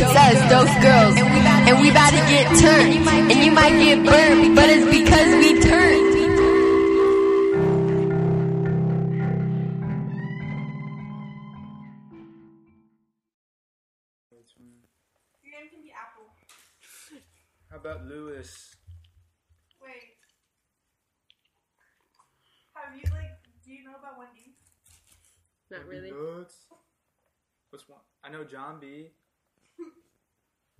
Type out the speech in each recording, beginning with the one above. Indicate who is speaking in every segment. Speaker 1: those girls. And we about to get turned. And you might get burned, but it's because we turned.
Speaker 2: Your name can be Apple.
Speaker 3: How about Lewis?
Speaker 2: Wait. Have you like? Do you know about Wendy?
Speaker 1: Not
Speaker 3: Wendy
Speaker 1: really.
Speaker 3: Lutz? What's one? I know John B.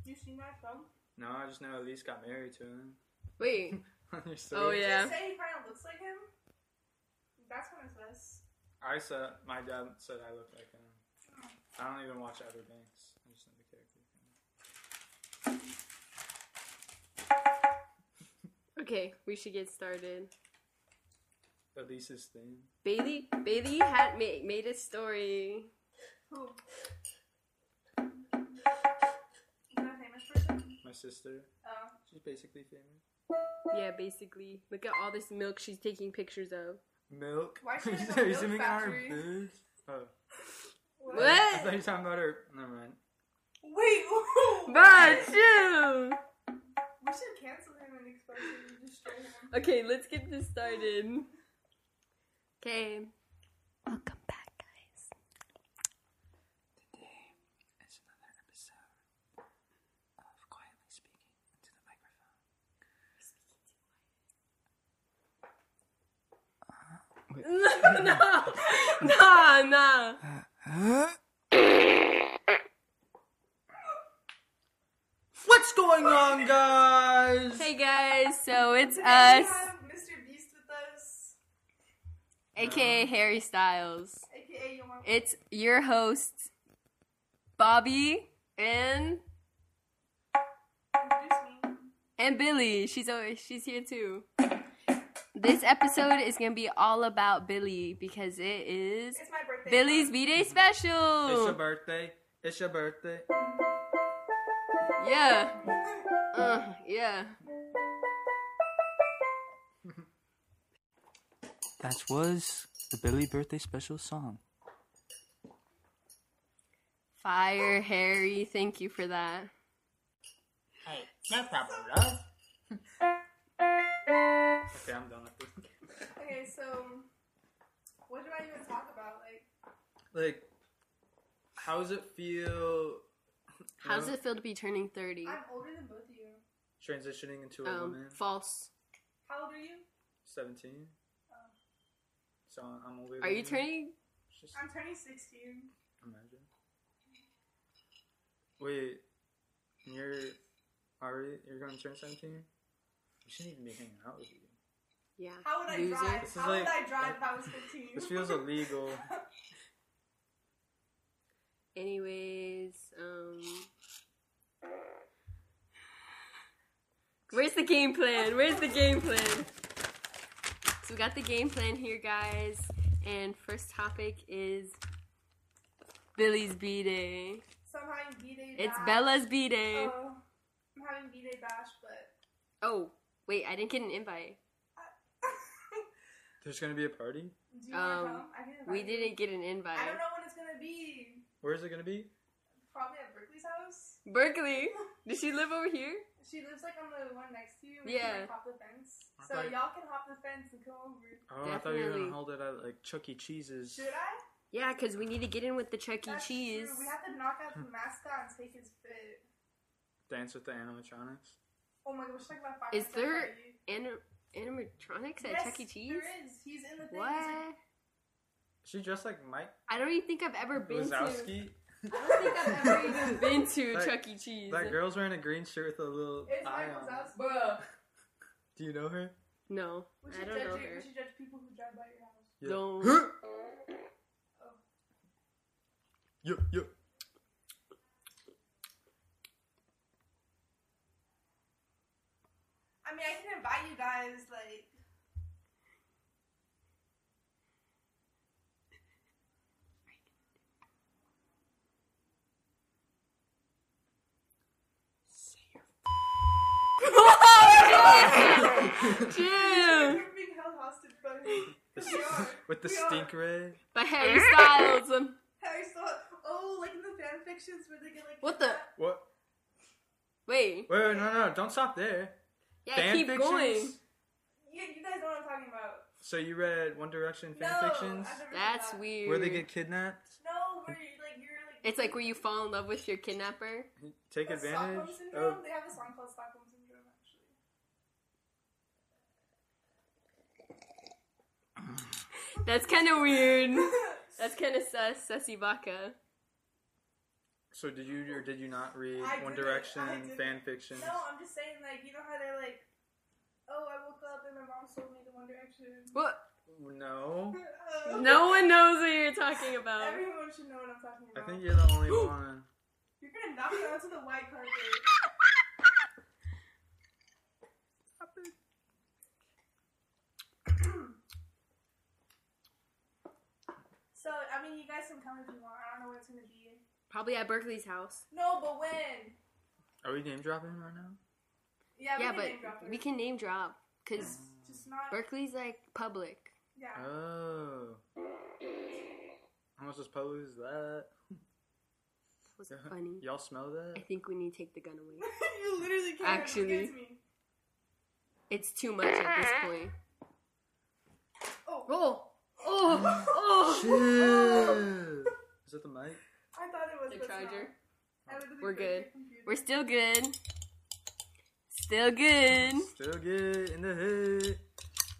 Speaker 2: You see my phone?
Speaker 3: No, I just know Elise got married to him.
Speaker 1: Wait.
Speaker 3: You're so
Speaker 1: Oh
Speaker 2: Did
Speaker 1: yeah.
Speaker 2: They say he kind of looks like him. That's one of us.
Speaker 3: I said my dad said I look like him. I don't even watch Outer Banks. I just know the character.
Speaker 1: Okay, we should get started.
Speaker 3: Elise's thing.
Speaker 1: Bailey Bailey had ma- made a story.
Speaker 2: Who? Is that a famous person?
Speaker 3: My sister.
Speaker 2: Oh.
Speaker 3: She's basically famous.
Speaker 1: Yeah, basically. Look at all this milk she's taking pictures of.
Speaker 3: Milk.
Speaker 2: Why she
Speaker 3: Are
Speaker 2: has a
Speaker 3: you
Speaker 2: milk
Speaker 3: zooming on her
Speaker 2: factory?
Speaker 3: boobs? Oh. I thought
Speaker 1: What?
Speaker 3: you were talking about her. Never mind.
Speaker 2: Wait.
Speaker 1: But you.
Speaker 2: We should cancel him and expose him and destroy him.
Speaker 1: Okay, let's get this started. Okay. Welcome back, guys.
Speaker 3: Today is another episode of Quietly Speaking into the microphone.
Speaker 1: no, no, no.
Speaker 3: What's going on, guys?
Speaker 1: Hey guys, so it's
Speaker 2: Today
Speaker 1: us,
Speaker 2: We have Mr. Beast with us,
Speaker 1: aka Harry Styles.
Speaker 2: aka Your Mom.
Speaker 1: It's your hosts, Bobby and
Speaker 2: Introduce me.
Speaker 1: and Billy. She's over, she's here too. This episode is gonna be all about Billy because it is
Speaker 2: It's my birthday.
Speaker 1: Billy's
Speaker 2: month.
Speaker 1: B-Day
Speaker 3: It's your
Speaker 1: special.
Speaker 3: birthday. It's your birthday.
Speaker 1: Yeah. Uh, yeah.
Speaker 3: That was the Billy birthday special song.
Speaker 1: Fire Harry, thank you for that.
Speaker 3: Hey, no problem, love. okay, I'm done with this.
Speaker 2: Okay, so what do I even talk about? Like,
Speaker 3: Like, how does it feel?
Speaker 1: How does
Speaker 3: you know,
Speaker 1: it feel to be turning Um, 30?
Speaker 2: I'm older than both of you.
Speaker 3: transitioning into a
Speaker 1: Um,
Speaker 3: woman?
Speaker 1: false.
Speaker 2: How old are you?
Speaker 3: Seventeen. So I'm older.
Speaker 1: Are
Speaker 3: than
Speaker 1: you turning?
Speaker 3: Just
Speaker 2: I'm turning 16.
Speaker 3: imagine. Wait, you're already you're going to turn seventeen. We shouldn't even be hanging out with you.
Speaker 1: Yeah.
Speaker 2: How would I
Speaker 1: Loser.
Speaker 2: drive?
Speaker 3: This is
Speaker 2: How would
Speaker 3: like-
Speaker 2: I drive if I was 15?
Speaker 3: This feels illegal.
Speaker 1: Anyways, um. Where's the game plan? Where's the game plan? So we got the game plan here, guys. And first topic is Billy's B Day.
Speaker 2: so I'm having B-Day
Speaker 1: It's
Speaker 2: bash.
Speaker 1: Bella's B Day.
Speaker 2: Oh, I'm having B-Day bash, but
Speaker 1: Oh, wait, I didn't get an invite.
Speaker 3: There's gonna be a party.
Speaker 2: do you wanna
Speaker 1: Um,
Speaker 2: come? I can invite
Speaker 1: We
Speaker 2: you.
Speaker 1: didn't get an invite.
Speaker 2: I don't know when it's gonna be.
Speaker 3: Where is it gonna be?
Speaker 2: Probably at Berkeley's house.
Speaker 1: Berkeley, does she live over here?
Speaker 2: She lives like on the one next to you. and
Speaker 1: Yeah.
Speaker 2: She, like, hop the fence.
Speaker 3: I
Speaker 2: So
Speaker 3: thought-
Speaker 2: y'all can hop the fence and come over.
Speaker 3: Oh, I thought you were
Speaker 1: Definitely.
Speaker 3: gonna hold it at like Chuck E. Cheese's.
Speaker 2: Should I?
Speaker 1: Yeah, because we need to get in with the Chuck E.
Speaker 2: That's
Speaker 1: Cheese.
Speaker 2: true. We have to knock out the mascot and take his fit.
Speaker 3: Dance with the animatronics.
Speaker 2: Oh my gosh, talk about fire.
Speaker 1: Is
Speaker 2: Festival
Speaker 1: there
Speaker 2: Party.
Speaker 1: Anim- animatronics at
Speaker 2: yes,
Speaker 1: Chuck E. Cheese?
Speaker 2: There is. He's in the thing.
Speaker 1: What?
Speaker 3: Is she dressed like Mike
Speaker 1: I don't even think I've ever been to.
Speaker 3: Wazowski?
Speaker 1: I don't think I've ever even been to
Speaker 3: That-
Speaker 1: Chuck E. Cheese.
Speaker 3: That girl's wearing a green shirt with a little
Speaker 2: It's
Speaker 3: eye
Speaker 2: Michael
Speaker 3: on. it.
Speaker 2: Zowski.
Speaker 1: Bruh.
Speaker 3: Do you know her?
Speaker 1: No,
Speaker 2: We
Speaker 1: I
Speaker 2: should
Speaker 1: don't
Speaker 2: judge
Speaker 1: know
Speaker 2: it.
Speaker 1: her.
Speaker 2: We should judge people who drive by your house.
Speaker 3: Yeah.
Speaker 1: Don't.
Speaker 2: Oh.
Speaker 3: Yo, yo.
Speaker 2: I mean, I can invite you guys. Like,
Speaker 1: Chill.
Speaker 2: we're being held hostage by him.
Speaker 3: This-
Speaker 2: We are.
Speaker 3: With the
Speaker 2: We are.
Speaker 3: stink ray.
Speaker 1: By Harry Styles. Um,
Speaker 2: Harry saw. Oh, like in the fan fictions where they get like.
Speaker 1: What the-
Speaker 3: What?
Speaker 1: Wait.
Speaker 3: Wait, wait, no, no, don't stop there.
Speaker 1: Yeah, keep
Speaker 3: fictions?
Speaker 1: going.
Speaker 2: You, you guys know what I'm talking about.
Speaker 3: So you read One Direction fan
Speaker 2: no,
Speaker 3: fictions
Speaker 2: I've never read
Speaker 1: That's
Speaker 2: that.
Speaker 1: weird.
Speaker 3: where they get kidnapped,
Speaker 2: No, where you like you're like.
Speaker 1: It's like where you fall in love with your kidnapper.
Speaker 3: take
Speaker 2: the
Speaker 3: advantage Oh,
Speaker 2: Stockholm syndrome.
Speaker 3: of.
Speaker 2: They have a song called Stockholm syndrome actually.
Speaker 1: That's kind of weird. That's kind of sus, sussy baka.
Speaker 3: So did you or did you not read
Speaker 2: I
Speaker 3: One
Speaker 2: didn't,
Speaker 3: Direction
Speaker 2: I didn't.
Speaker 3: fan fictions?
Speaker 2: no, I'm just saying like you know how they're like, oh, I woke up and my mom sold me the One Direction.
Speaker 1: What?
Speaker 3: No.
Speaker 2: Oh.
Speaker 1: No one knows what you're talking about.
Speaker 2: Everyone should know what I'm talking
Speaker 3: I
Speaker 2: about.
Speaker 3: think you're the only one.
Speaker 2: You're gonna knock me onto the white carpet. so I mean, you guys can come if you want. I don't know what it's gonna be.
Speaker 1: Probably at Berkeley's house.
Speaker 2: No, but when?
Speaker 3: Are we name dropping right now?
Speaker 2: Yeah,
Speaker 1: Yeah,
Speaker 2: we
Speaker 1: but
Speaker 2: can name drop it.
Speaker 1: we can name drop because
Speaker 2: Just, just not.
Speaker 1: Berkeley's like public.
Speaker 2: Yeah.
Speaker 3: Oh. How much does Polo is that?
Speaker 1: Was funny.
Speaker 3: Y'all smell
Speaker 1: I
Speaker 3: that?
Speaker 1: think we need to take the gun away.
Speaker 2: you literally can't.
Speaker 1: Actually.
Speaker 2: Excuse me.
Speaker 1: It's too much at this point.
Speaker 2: Oh.
Speaker 1: Oh, oh, oh!
Speaker 3: Shit. Is that the mic?
Speaker 2: I thought it was
Speaker 1: The
Speaker 2: but it's not.
Speaker 1: charger.
Speaker 2: I literally
Speaker 1: We're
Speaker 2: broke
Speaker 1: good.
Speaker 2: your computer.
Speaker 1: We're still good. Still good.
Speaker 3: Still good in the hood.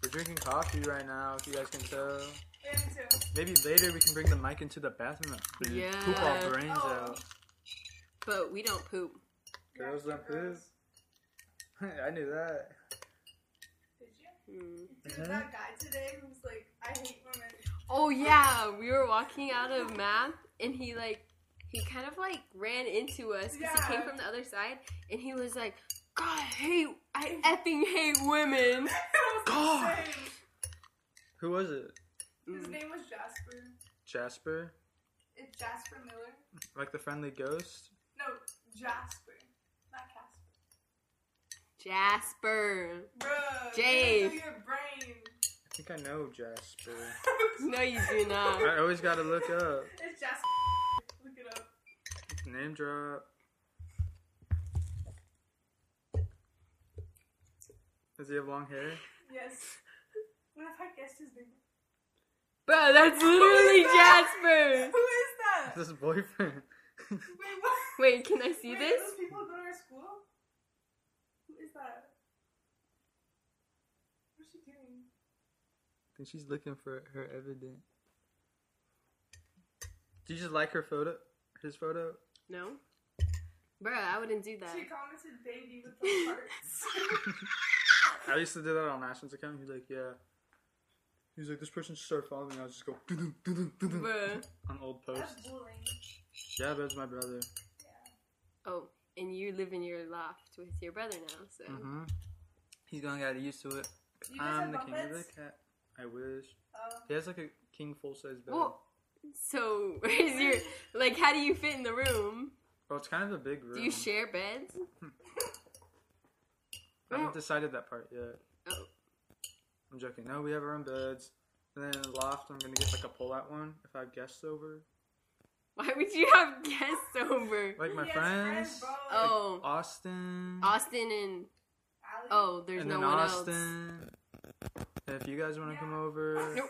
Speaker 3: We're drinking coffee right now, if you guys can tell.
Speaker 2: Yeah, me too.
Speaker 3: Maybe later we can bring the mic into the bathroom and poop
Speaker 1: Yeah.
Speaker 3: our brains
Speaker 2: Oh.
Speaker 3: out.
Speaker 1: But we don't poop.
Speaker 2: Yeah,
Speaker 3: Girls don't
Speaker 2: girls.
Speaker 3: I knew that.
Speaker 2: Did you?
Speaker 1: Mm.
Speaker 2: Dude,
Speaker 3: Mhm.
Speaker 2: that guy today who's like, I hate women.
Speaker 1: Oh yeah, we were walking out of map and he like he kind of like ran into us because he came
Speaker 2: Yeah.
Speaker 1: from the other side and he was like, God, I hate I effing hate women.
Speaker 3: God.
Speaker 2: His name-
Speaker 3: Who was it?
Speaker 2: His
Speaker 1: Mm.
Speaker 2: name was Jasper.
Speaker 3: Jasper?
Speaker 2: It's Jasper Miller.
Speaker 3: Like the friendly ghost?
Speaker 2: No, Jasper. Not Casper.
Speaker 1: Jasper.
Speaker 2: Bruh.
Speaker 1: Jay.
Speaker 2: get it through your brain.
Speaker 3: I think I know Jasper.
Speaker 1: No you do not.
Speaker 3: I always gotta look up.
Speaker 2: It's Jasper. Look it up.
Speaker 3: Name drop. Does he have long hair?
Speaker 2: Yes. What if I guessed his name?
Speaker 1: Bro, that's literally
Speaker 2: Who is
Speaker 1: Jasper.
Speaker 2: Who is that?
Speaker 3: That's his boyfriend.
Speaker 2: Wait, what?
Speaker 1: Wait, can I see
Speaker 2: Wait,
Speaker 1: this?
Speaker 2: Those people go to our school? Who is that? What's she doing?
Speaker 3: think she's looking for her evidence. Do you just like her photo? His photo?
Speaker 1: No. Bruh, I wouldn't do that.
Speaker 2: She commented baby with the hearts.
Speaker 3: I used to do that on Ashton's account. He's like, yeah. He's like, this person should start following me. I'll just go doo-doo, doo-doo, doo-doo
Speaker 1: Bruh.
Speaker 3: on old
Speaker 2: That's
Speaker 3: posts.
Speaker 2: bullying.
Speaker 3: Yeah, but it's my brother.
Speaker 1: Oh, and you live in your loft with your brother now, so
Speaker 3: Mm-hmm. He's gonna get used to it.
Speaker 2: You guys
Speaker 3: I'm the
Speaker 2: have
Speaker 3: king of the
Speaker 2: Muppets?
Speaker 3: cat. I wish.
Speaker 2: Oh.
Speaker 3: He has like a king full size bed.
Speaker 1: Well, so where's your like how do you fit in the room?
Speaker 3: Well, Oh, it's kind of a big room. Hmm.
Speaker 1: Do you share beds?
Speaker 3: I haven't
Speaker 1: Well-
Speaker 3: decided that part yet.
Speaker 1: Oh.
Speaker 3: I'm joking. No, we have our own beds. And then in the loft, I'm gonna get like a pull-out one if I have guests over,
Speaker 1: Why would you have guests over?
Speaker 3: like my
Speaker 2: Yes,
Speaker 3: friends,
Speaker 2: bro.
Speaker 1: Oh,
Speaker 3: Austin,
Speaker 1: Austin and
Speaker 2: Allie.
Speaker 1: oh, there's
Speaker 3: and
Speaker 1: no
Speaker 3: then
Speaker 1: one
Speaker 3: Austin. And if you guys want to
Speaker 2: Yeah.
Speaker 3: come over,
Speaker 1: else. Nope.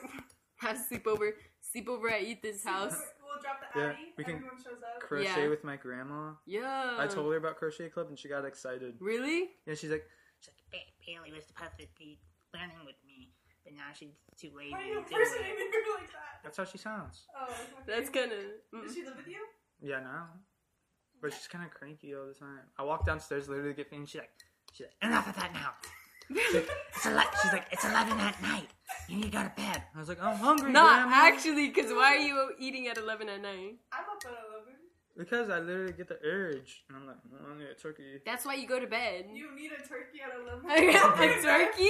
Speaker 1: Have sleepover, sleepover at Ethan's house.
Speaker 2: We'll drop the
Speaker 3: Yeah,
Speaker 2: Addy.
Speaker 3: we can-
Speaker 2: Everyone shows up.
Speaker 3: crochet
Speaker 1: Yeah.
Speaker 3: with my grandma.
Speaker 1: Yeah.
Speaker 3: I told her about crochet club and she got excited.
Speaker 1: Really?
Speaker 3: And she's like,
Speaker 4: She's like, "Ba- Bailey was supposed to be learning with me, but now she's too lazy
Speaker 2: Why are
Speaker 4: to
Speaker 2: you
Speaker 4: do it."
Speaker 2: impersonating her like that?
Speaker 3: "That's how she sounds."
Speaker 2: Oh, okay.
Speaker 1: That's mm. kind
Speaker 2: Does
Speaker 1: of.
Speaker 2: she live with you?
Speaker 3: Yeah, now. But she's kind of cranky all the time. I walk downstairs literally to get finished. She's like, she's like,
Speaker 4: Enough of that now. It's ele- she's like, it's 11 at night. You need to go to bed.
Speaker 3: I was like, I'm hungry.
Speaker 1: Not
Speaker 3: grandma.
Speaker 1: actually, because why are you eating at eleven at night?
Speaker 2: I'm up at 11.
Speaker 3: Because I literally get the urge, and I'm like, "Mm, I need a turkey.
Speaker 1: That's why you go to bed.
Speaker 2: You need a turkey at 11.
Speaker 1: a turkey?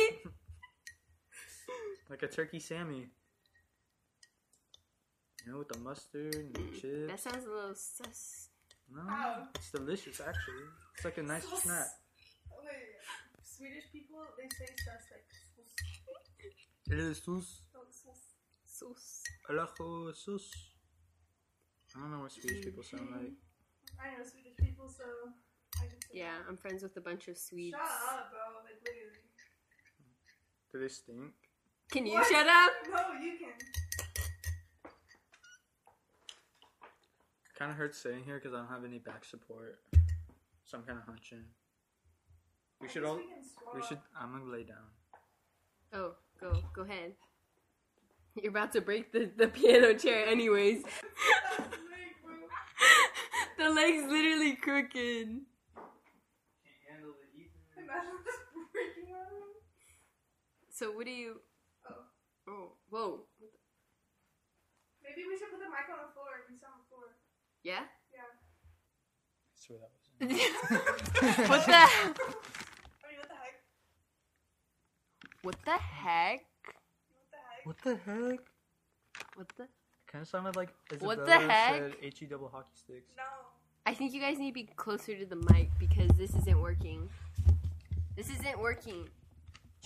Speaker 3: Like a turkey Sammy. You know, with the mustard and the chips.
Speaker 1: That sounds a little sus.
Speaker 3: no,
Speaker 2: Ow.
Speaker 3: it's delicious, actually. It's like a nice
Speaker 2: Sus.
Speaker 3: snack.
Speaker 2: Wait, Swedish people, they say sus like sus.
Speaker 3: It is sus.
Speaker 2: Don't sus.
Speaker 1: Sauce.
Speaker 3: Alajo sus. I don't know what Swedish people sound like.
Speaker 2: I know Swedish people, so I just did
Speaker 1: Yeah,
Speaker 2: that.
Speaker 1: I'm friends with a bunch of Swedes.
Speaker 2: Shut up, bro. Like literally.
Speaker 3: Do they stink?
Speaker 1: Can you
Speaker 2: What?
Speaker 1: shut up?
Speaker 2: No, you can.
Speaker 3: Kind of hurts sitting here because I don't have any back support, so I'm kind of hunching. We
Speaker 2: I
Speaker 3: should
Speaker 2: guess
Speaker 3: all.
Speaker 2: We, can swap.
Speaker 3: We should. I'm gonna lay down.
Speaker 1: Oh, go, go ahead. You're about to break the, the piano chair, anyways.
Speaker 2: Like, bro.
Speaker 1: the leg's literally crooked.
Speaker 3: Can't handle the heat.
Speaker 2: Imagine just breaking out of them.
Speaker 1: So what do you?
Speaker 2: Oh.
Speaker 1: Oh, whoa.
Speaker 2: Maybe we should put the mic on the floor and sound the floor.
Speaker 1: Yeah.
Speaker 2: Yeah.
Speaker 3: swear that was.
Speaker 1: what the?
Speaker 3: the?
Speaker 1: hell?
Speaker 2: I mean, what the heck?
Speaker 1: What the heck?
Speaker 2: What the heck?
Speaker 3: What the heck?
Speaker 1: What the?
Speaker 3: Kind of sounded like
Speaker 1: What the
Speaker 3: Isabella
Speaker 1: heck?
Speaker 3: said H E double hockey sticks.
Speaker 2: No.
Speaker 1: I think you guys need to be closer to the mic because this isn't working. This isn't working.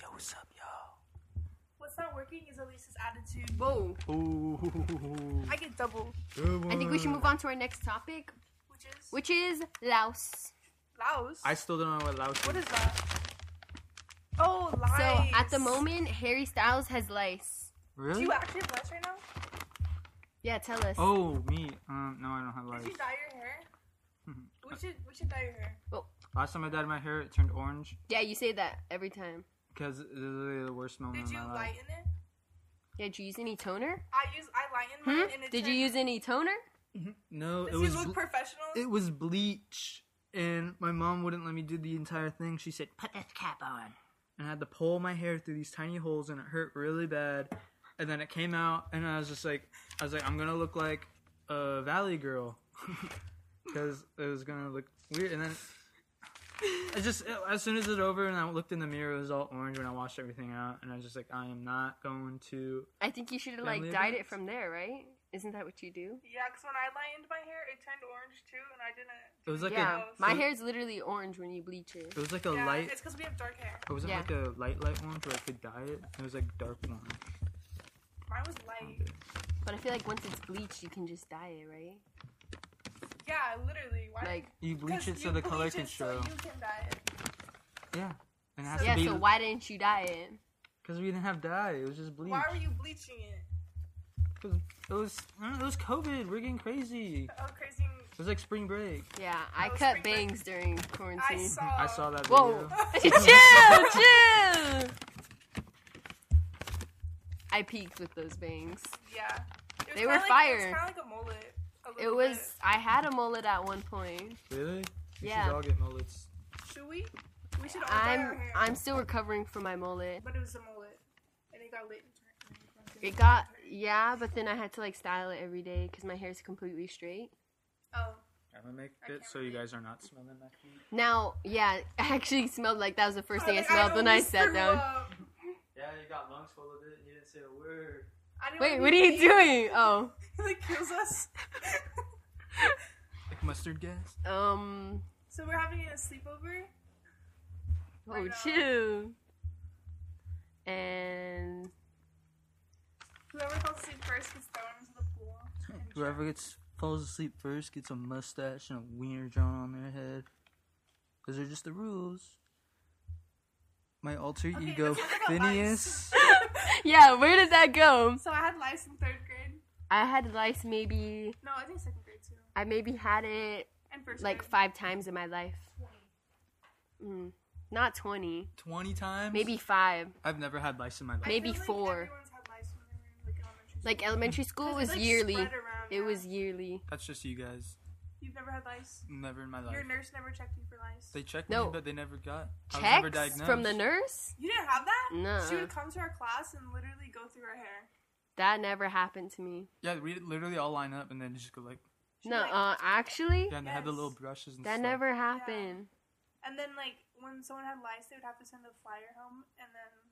Speaker 3: Yo, what's up, yo?
Speaker 2: What's not working is Elisa's attitude.
Speaker 1: Whoa.
Speaker 3: Ooh.
Speaker 2: I get double,
Speaker 1: I think we
Speaker 3: Hmm.
Speaker 1: should move on to our next topic,
Speaker 2: which is
Speaker 1: which is Laos.
Speaker 2: Laos.
Speaker 3: I still don't know what loud.
Speaker 2: what is that? Oh, lice.
Speaker 1: So at the moment, Harry Styles has lice.
Speaker 2: do
Speaker 3: Really?
Speaker 2: you actually have lice right now?
Speaker 1: Yeah, tell us.
Speaker 3: Oh, me. Um, no, I don't have lice.
Speaker 2: Did you dye your hair?
Speaker 3: Mhm.
Speaker 2: we should we should dye your hair.
Speaker 3: Last time I dyed my hair, it turned orange
Speaker 1: Yeah, you say that every time.
Speaker 3: because it's literally the worst
Speaker 2: Did
Speaker 3: moment of
Speaker 2: you
Speaker 3: my life.
Speaker 2: lighten it?
Speaker 1: Yeah, did you use any toner?
Speaker 2: I use I lightened
Speaker 1: Hmm?
Speaker 2: mine and it
Speaker 1: Did you use
Speaker 2: turned-
Speaker 1: any toner?
Speaker 3: No,
Speaker 2: Does
Speaker 3: it was
Speaker 2: he look
Speaker 3: ble-
Speaker 2: professional?
Speaker 3: it was bleach, and my mom wouldn't let me do the entire thing. She said,
Speaker 4: Put this cap on.
Speaker 3: and I had to pull my hair through these tiny holes, and it hurt really bad. And then it came out, and I was just like, I was like, I'm gonna look like a valley girl, because it was gonna look weird. And then I just, as soon as it was over, and I looked in the mirror, it was all orange when I washed everything out, and I was just like, I am not going to.
Speaker 1: I think you should have like
Speaker 3: Family
Speaker 1: dyed it
Speaker 3: events?
Speaker 1: from there, right? Isn't that what you do?
Speaker 2: yeah, because when I lightened my hair, it turned orange too, and I didn't.
Speaker 3: It was like
Speaker 1: yeah,
Speaker 3: a,
Speaker 1: my
Speaker 3: it-
Speaker 1: hair's literally orange when you bleach it.
Speaker 3: It was like a
Speaker 2: yeah,
Speaker 3: light.
Speaker 2: It's because we have dark hair.
Speaker 3: It wasn't
Speaker 1: Yeah.
Speaker 3: like a light light one, but I could dye it. It was like dark one.
Speaker 2: Mine was light.
Speaker 1: But I feel like once it's bleached, you can just dye it, right?
Speaker 2: Yeah, literally. Why?
Speaker 1: Like,
Speaker 3: You
Speaker 2: 'cause
Speaker 3: bleach it so
Speaker 2: you
Speaker 3: the color
Speaker 2: bleach
Speaker 3: can
Speaker 2: it so
Speaker 3: show.
Speaker 2: you can dye it.
Speaker 3: Yeah, and it has
Speaker 1: yeah.
Speaker 3: to be
Speaker 1: So why didn't you dye it?
Speaker 3: because we didn't have dye. It was just bleach.
Speaker 2: Why were you bleaching it?
Speaker 3: 'Cause it was I don't know, it was COVID. We're getting crazy. It
Speaker 2: Oh, crazy.
Speaker 3: was like spring break.
Speaker 1: Yeah, I
Speaker 2: That was
Speaker 1: cut
Speaker 2: spring break.
Speaker 1: bangs during
Speaker 2: I
Speaker 1: quarantine.
Speaker 2: saw.
Speaker 3: I saw that
Speaker 1: Whoa!
Speaker 3: video.
Speaker 1: chill, chill. I peaked with those bangs.
Speaker 2: Yeah. It was
Speaker 1: They were
Speaker 2: kinda Like,
Speaker 1: fire.
Speaker 2: it was kind of like a mullet. a
Speaker 1: It
Speaker 2: little
Speaker 1: was.
Speaker 2: bit.
Speaker 1: I had a mullet at one point.
Speaker 3: Really? We
Speaker 1: Yeah.
Speaker 3: should all get mullets.
Speaker 2: Should we? We should all dye our
Speaker 1: I'm.
Speaker 2: hair.
Speaker 1: I'm still recovering from my mullet.
Speaker 2: But it was a mullet, and it got lit. and turned-
Speaker 1: It got yeah, but then I had to like style it every day because my hair is completely straight.
Speaker 2: Oh.
Speaker 3: I'm gonna make
Speaker 2: I
Speaker 3: it
Speaker 2: can't
Speaker 3: so you
Speaker 2: relate.
Speaker 3: guys are not smelling that heat.
Speaker 1: Now, yeah, I actually smelled like that was the first
Speaker 2: I
Speaker 1: thing I
Speaker 2: think
Speaker 1: smelled when I
Speaker 2: almost
Speaker 1: sat
Speaker 2: threw
Speaker 1: down.
Speaker 2: up.
Speaker 3: Yeah, you got lungs full of it. You didn't say a word.
Speaker 2: I didn't
Speaker 1: Wait,
Speaker 2: wanna
Speaker 1: what are
Speaker 2: be
Speaker 1: you
Speaker 2: mean.
Speaker 1: doing? Oh,
Speaker 2: He like kills us.
Speaker 3: Like mustard gas.
Speaker 1: um,
Speaker 2: so we're having a sleepover.
Speaker 1: oh, chill. And
Speaker 2: Whoever falls asleep first gets thrown into the pool. and
Speaker 3: Whoever gets falls asleep first gets a mustache and a wiener drawn on their head. Those are just the rules. My alter
Speaker 2: Okay,
Speaker 3: ego
Speaker 2: that's like a
Speaker 3: Phineas.
Speaker 2: lice.
Speaker 1: yeah, where did that go?
Speaker 2: so I had lice in third grade.
Speaker 1: I had lice maybe.
Speaker 2: No, I think second grade too.
Speaker 1: I maybe had it
Speaker 2: And first
Speaker 1: like
Speaker 2: grade.
Speaker 1: five times in my life. Mm, not twenty,
Speaker 3: Twenty times.
Speaker 1: maybe five.
Speaker 3: I've never had lice in my life.
Speaker 2: I
Speaker 1: maybe
Speaker 2: feel like
Speaker 1: four.
Speaker 2: everyone's had lice when they were in, like, elementary
Speaker 1: Like
Speaker 2: school.
Speaker 1: elementary school
Speaker 2: 'Cause it,
Speaker 1: was
Speaker 2: like,
Speaker 1: yearly.
Speaker 2: spread around,
Speaker 1: It
Speaker 2: yeah.
Speaker 1: was yearly.
Speaker 3: That's just you guys.
Speaker 2: You've never had lice.
Speaker 3: Never in my life.
Speaker 2: Your nurse never checked you for lice.
Speaker 3: They checked
Speaker 1: No.
Speaker 3: me, but they never got. I was never
Speaker 1: Checks
Speaker 3: diagnosed.
Speaker 1: from the nurse?
Speaker 2: you didn't have that? She
Speaker 1: No,
Speaker 2: would come to our class and literally go through our hair.
Speaker 1: that never happened to me.
Speaker 3: Yeah, we literally all line up and then just go like.
Speaker 2: She'd be
Speaker 1: No,
Speaker 2: like-
Speaker 1: uh, actually,
Speaker 3: Yeah, and they had the
Speaker 2: Yes.
Speaker 3: little brushes and
Speaker 1: that
Speaker 3: stuff.
Speaker 1: never happened.
Speaker 2: And then like when someone had lice, they would have to send a flyer home, and then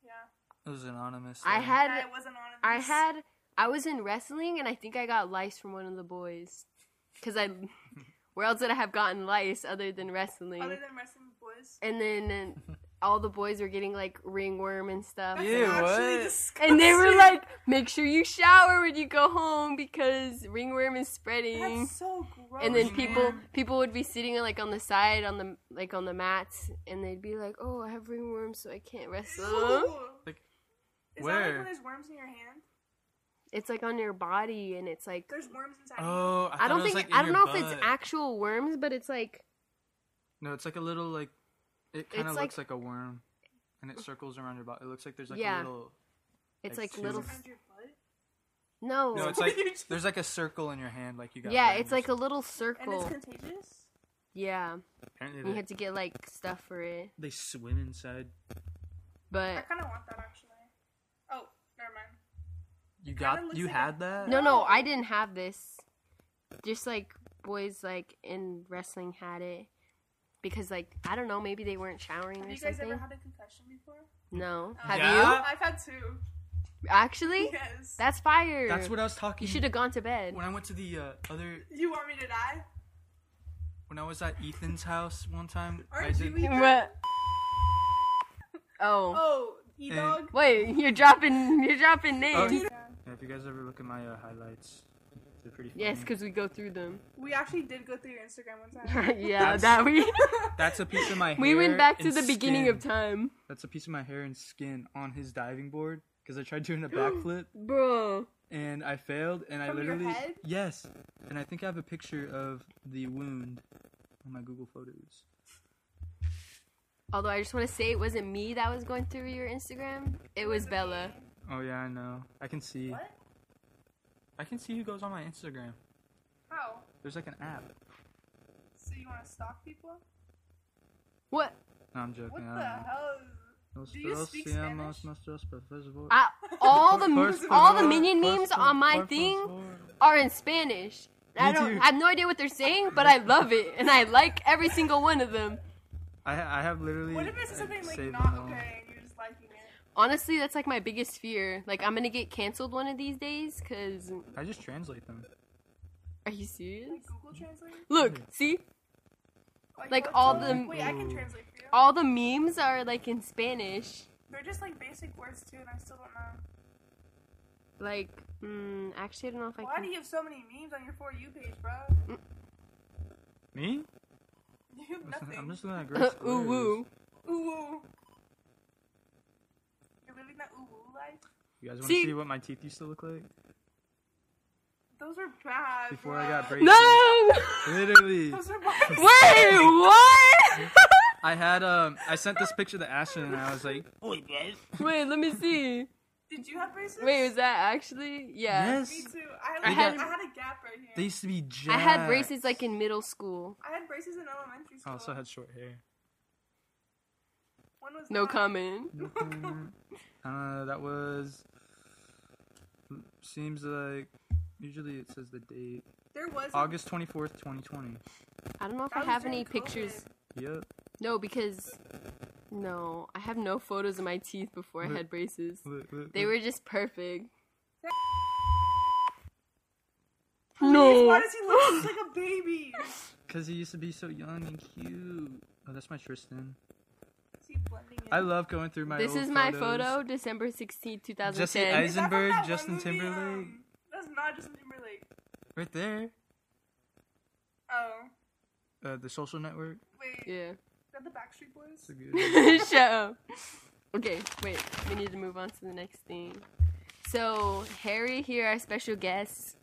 Speaker 2: yeah,
Speaker 3: It was anonymous.
Speaker 1: I
Speaker 3: yeah.
Speaker 1: had,
Speaker 2: Yeah, it wasn't on.
Speaker 1: I had, I was in wrestling, and I think I got lice from one of the boys. Cause I, where else would I have gotten lice other than wrestling?
Speaker 2: other than wrestling with boys.
Speaker 1: and then all the boys were getting like ringworm and stuff.
Speaker 3: Yeah. Ew,
Speaker 2: actually
Speaker 3: what?
Speaker 2: disgusting.
Speaker 1: And they were like, make sure you shower when you go home because ringworm is spreading.
Speaker 2: that's so gross.
Speaker 1: and then
Speaker 2: man.
Speaker 1: people people would be sitting like on the side on the like on the mats and they'd be like, "Oh, I have ringworm, so I can't wrestle."
Speaker 2: Ew.
Speaker 3: Like,
Speaker 2: Is that
Speaker 3: where?
Speaker 2: like when there's worms in your hand?
Speaker 1: it's like on your body and it's like
Speaker 2: There's worms inside. your
Speaker 3: Oh, I,
Speaker 1: I don't
Speaker 3: thought it was,
Speaker 1: think
Speaker 3: like, in
Speaker 1: I don't
Speaker 3: your
Speaker 1: know if it's
Speaker 3: butt.
Speaker 1: actual worms, but it's like
Speaker 3: No, it's like a little like. It kind of
Speaker 1: It's
Speaker 3: looks like, a worm, and it circles around your body. It looks like there's like
Speaker 1: Yeah.
Speaker 3: a little.
Speaker 1: it's
Speaker 3: Like
Speaker 1: like,
Speaker 3: two-
Speaker 1: little
Speaker 2: Around your butt?
Speaker 1: no.
Speaker 3: No, it's
Speaker 2: What
Speaker 3: like
Speaker 2: are you doing?
Speaker 3: there's like a circle in your hand, like you got.
Speaker 1: yeah,
Speaker 3: burned
Speaker 1: it's
Speaker 3: or
Speaker 1: like a
Speaker 3: something.
Speaker 1: little
Speaker 2: And it's
Speaker 1: circle.
Speaker 2: contagious?
Speaker 1: Yeah,
Speaker 3: Apparently
Speaker 1: and you
Speaker 3: they,
Speaker 1: had to get like stuff for it,
Speaker 3: they swim inside.
Speaker 2: I
Speaker 1: but
Speaker 2: kind of want that actually. Oh, never mind.
Speaker 3: You
Speaker 2: kinda
Speaker 3: got
Speaker 2: looks
Speaker 3: you
Speaker 2: like a-
Speaker 3: had that.
Speaker 1: no, no, I didn't have this. Just like boys like in wrestling had it because like I don't know, maybe they weren't showering
Speaker 2: Have
Speaker 1: or
Speaker 2: you guys
Speaker 1: something.
Speaker 2: ever had a concussion before?
Speaker 1: no,
Speaker 2: Oh.
Speaker 1: have
Speaker 3: Yeah?
Speaker 2: I've had two.
Speaker 1: you actually?
Speaker 2: Yes.
Speaker 1: That's fire.
Speaker 3: That's what I was talking.
Speaker 1: you should have gone to bed.
Speaker 3: When I went to the uh, other,
Speaker 2: you want me to die?
Speaker 3: when I was at Ethan's house one time, I
Speaker 2: Aren't
Speaker 3: did.
Speaker 2: you Ethan?
Speaker 1: What? Oh. Eh.
Speaker 2: Oh, E Dog?
Speaker 1: Wait, you're dropping you're dropping
Speaker 3: Oh,
Speaker 1: names.
Speaker 3: yeah.
Speaker 1: Yes, 'cause
Speaker 3: if you guys ever look at my uh, highlights, they're pretty. Funny.
Speaker 1: yes, because we go through them.
Speaker 2: We actually did go through your Instagram one time.
Speaker 1: yeah,
Speaker 3: That's-
Speaker 1: that we
Speaker 3: that's a piece of my.
Speaker 1: we went
Speaker 3: hair
Speaker 1: back to
Speaker 3: and
Speaker 1: the beginning of
Speaker 3: skin.
Speaker 1: time,
Speaker 3: That's a piece of my hair and skin on his diving board because I tried doing a backflip
Speaker 1: bro.
Speaker 3: and I failed and I
Speaker 2: From your
Speaker 3: literally
Speaker 2: head?
Speaker 3: yes, and I think I have a picture of the wound on my Google Photos.
Speaker 1: Although I just want to say it wasn't me that was going through your Instagram. It was Bella.
Speaker 3: Oh yeah, I know. I can see.
Speaker 2: What?
Speaker 3: I can see who goes on my Instagram.
Speaker 2: How?
Speaker 3: There's like an app.
Speaker 2: So you want to stalk people?
Speaker 1: What?
Speaker 3: No, I'm joking.
Speaker 2: What
Speaker 3: I
Speaker 2: the
Speaker 3: don't know.
Speaker 2: hell?
Speaker 3: Nos
Speaker 2: Do you
Speaker 3: todos
Speaker 2: speak
Speaker 3: seamos
Speaker 2: Spanish?
Speaker 3: nuestros profesores.
Speaker 1: I, all the
Speaker 3: Por
Speaker 1: all the
Speaker 3: favor,
Speaker 1: minion
Speaker 3: por
Speaker 1: memes
Speaker 3: fa-
Speaker 1: on my
Speaker 3: por
Speaker 1: thing
Speaker 3: favor.
Speaker 1: are in Spanish. I
Speaker 3: Me
Speaker 1: don't
Speaker 3: too.
Speaker 1: I have no idea what they're saying, but I love it and I like every single one of them.
Speaker 3: I, ha- I have literally.
Speaker 2: What if this is
Speaker 3: uh,
Speaker 2: something like
Speaker 3: saved
Speaker 2: not
Speaker 3: them all.
Speaker 2: okay and you're just liking it?
Speaker 1: Honestly, that's like my biggest fear. Like, I'm gonna get canceled one of these days, cause.
Speaker 3: I just translate them.
Speaker 1: Are you serious?
Speaker 2: Like Google Translate?
Speaker 1: Look,
Speaker 3: Mm-hmm.
Speaker 1: see? Like
Speaker 2: what's
Speaker 1: all
Speaker 2: up?
Speaker 1: the-
Speaker 2: Wait, I can
Speaker 3: Ooh.
Speaker 2: translate for you.
Speaker 1: All the memes are like in Spanish.
Speaker 2: They're just like basic words too, and I still don't know.
Speaker 1: Like, mm, actually, I don't know if I
Speaker 2: Why do
Speaker 1: can.
Speaker 2: you have so many memes on your for you page, bro?
Speaker 3: Me?
Speaker 2: You have nothing.
Speaker 3: I'm just looking at great
Speaker 1: ooh,
Speaker 3: squares.
Speaker 1: woo.
Speaker 2: Ooh. ooh. You're living that ooh ooh life.
Speaker 3: You guys want to
Speaker 1: See-
Speaker 3: see what my teeth used to look like
Speaker 2: Those were bad.
Speaker 3: before
Speaker 2: bro.
Speaker 3: I got braces?
Speaker 1: No!
Speaker 3: Literally,
Speaker 2: Those were bad.
Speaker 1: Wait, what?
Speaker 3: I had um, I sent this picture to Ashton and I was like, "Oi, guys."
Speaker 1: Wait, let me see.
Speaker 2: Did you have braces?
Speaker 1: Wait, was that actually? Yeah.
Speaker 3: Yes,
Speaker 2: Me too. I had,
Speaker 1: I
Speaker 2: I
Speaker 1: had-
Speaker 2: had, I had a gap right here.
Speaker 3: they used to be jacked.
Speaker 1: I had braces like in middle school.
Speaker 2: I had braces in elementary
Speaker 3: I
Speaker 2: school.
Speaker 3: also Oh, had short hair.
Speaker 2: When was
Speaker 1: No
Speaker 2: that?
Speaker 1: comment.
Speaker 3: uh, that was. Seems like usually it says the date
Speaker 2: There was
Speaker 3: August twenty fourth, twenty twenty.
Speaker 1: I don't know if
Speaker 2: That
Speaker 1: I
Speaker 2: was
Speaker 1: have any
Speaker 2: during COVID.
Speaker 1: pictures.
Speaker 3: Yep.
Speaker 1: No, because. No, I have no photos of my teeth before I
Speaker 3: Look.
Speaker 1: had braces.
Speaker 3: Look, look,
Speaker 1: They
Speaker 3: look.
Speaker 1: were just perfect.
Speaker 2: Why
Speaker 1: No.
Speaker 2: does he look like a baby?
Speaker 3: Cause he used to be so young and cute. Oh, that's my Tristan.
Speaker 2: Is he blending in?
Speaker 3: I love going through my.
Speaker 1: This
Speaker 3: old
Speaker 1: is my
Speaker 3: photos.
Speaker 1: photo, December 16,
Speaker 3: Jesse
Speaker 1: 2010.
Speaker 2: Is that from
Speaker 3: Eisenberg,
Speaker 2: that one
Speaker 3: Justin
Speaker 2: movie,
Speaker 3: Timberlake.
Speaker 2: um, that's not Justin Timberlake.
Speaker 3: Right there.
Speaker 2: Oh,
Speaker 3: Uh, the Social Network.
Speaker 2: wait. Is
Speaker 1: Yeah.
Speaker 2: that the Backstreet Boys?
Speaker 3: It's a good.
Speaker 1: Shut up. Okay, wait. We need to move on to the next thing. So, Harry here, our special guest.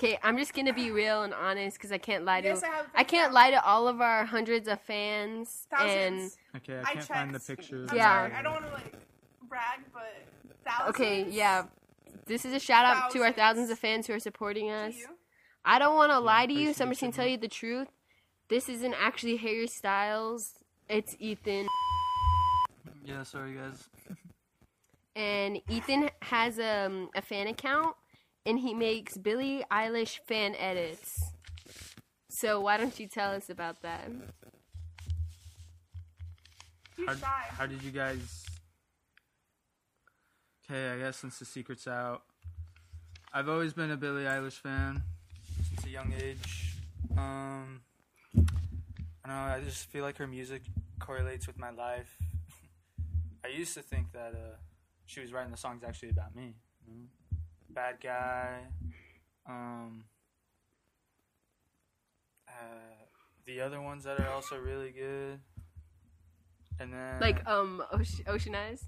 Speaker 1: Okay, I'm just gonna be real and honest because I can't lie to
Speaker 2: Yes, I have.
Speaker 1: I can't lie to all of our hundreds of fans and
Speaker 2: Thousands.
Speaker 3: Okay, I
Speaker 2: I
Speaker 3: can't find the
Speaker 2: checked.
Speaker 3: picture.
Speaker 2: I'm
Speaker 1: Yeah.
Speaker 2: Sorry. I don't want to like brag, but thousands.
Speaker 1: Okay, yeah. This is a shout out to our
Speaker 2: Thousands.
Speaker 1: thousands of fans who are supporting
Speaker 2: To
Speaker 1: us.
Speaker 2: you.
Speaker 1: I don't want to lie to
Speaker 3: I
Speaker 1: you,
Speaker 3: see
Speaker 1: so I'm
Speaker 3: what
Speaker 1: just gonna
Speaker 3: you
Speaker 1: tell
Speaker 3: mean.
Speaker 1: you the truth. This isn't actually Harry Styles. It's Ethan,
Speaker 3: Yeah, sorry guys.
Speaker 1: and Ethan has um, a fan account, and he makes Billie Eilish fan edits. So why don't you tell us about that?
Speaker 2: He's
Speaker 3: How,
Speaker 2: shy.
Speaker 3: how did you guys? Okay, I guess since the secret's out, I've always been a Billie Eilish fan since a young age. Um, I don't know. I just feel like her music correlates with my life I used to think that uh, she was writing the songs actually about me. you know? Bad guy, um, uh, the other ones that are also really good, and then
Speaker 1: Like um, Oce- Ocean Eyes.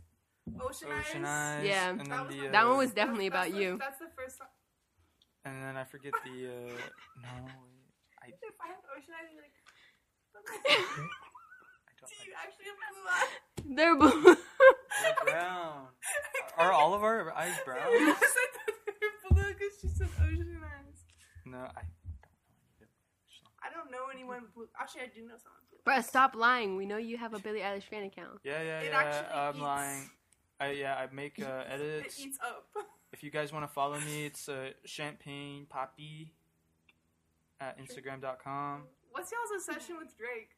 Speaker 2: Ocean,
Speaker 3: Ocean
Speaker 2: Eyes.
Speaker 3: Eyes.
Speaker 1: Yeah.
Speaker 3: and then
Speaker 2: That was
Speaker 3: the,
Speaker 2: the-
Speaker 3: uh,
Speaker 1: That one was
Speaker 2: That's-
Speaker 1: definitely
Speaker 2: that's
Speaker 1: about
Speaker 2: the-
Speaker 1: you.
Speaker 2: That's the first song.
Speaker 3: and then I forget the uh, no. wait,
Speaker 2: If I had Ocean Eyes, I'd be like,
Speaker 3: I
Speaker 2: do
Speaker 3: don't
Speaker 2: you actually have blue eyes?
Speaker 1: They're blue.
Speaker 3: like. They're brown. Are all of our eyes brown?
Speaker 2: I said that they're blue because she said Ocean Eyes.
Speaker 3: No, I.
Speaker 2: I don't know anyone blue. Actually, I do know someone blue.
Speaker 1: Bruh, stop lying. We know you have a Billie Eilish fan account.
Speaker 3: Yeah, yeah,
Speaker 2: It
Speaker 3: yeah.
Speaker 2: actually
Speaker 3: I'm
Speaker 2: eats-
Speaker 3: lying. I, yeah, I make uh,
Speaker 2: It
Speaker 3: edits.
Speaker 2: eats up.
Speaker 3: If you guys want to follow me, it's uh, champagne poppy at instagram.com.
Speaker 2: What's y'all's obsession with Drake?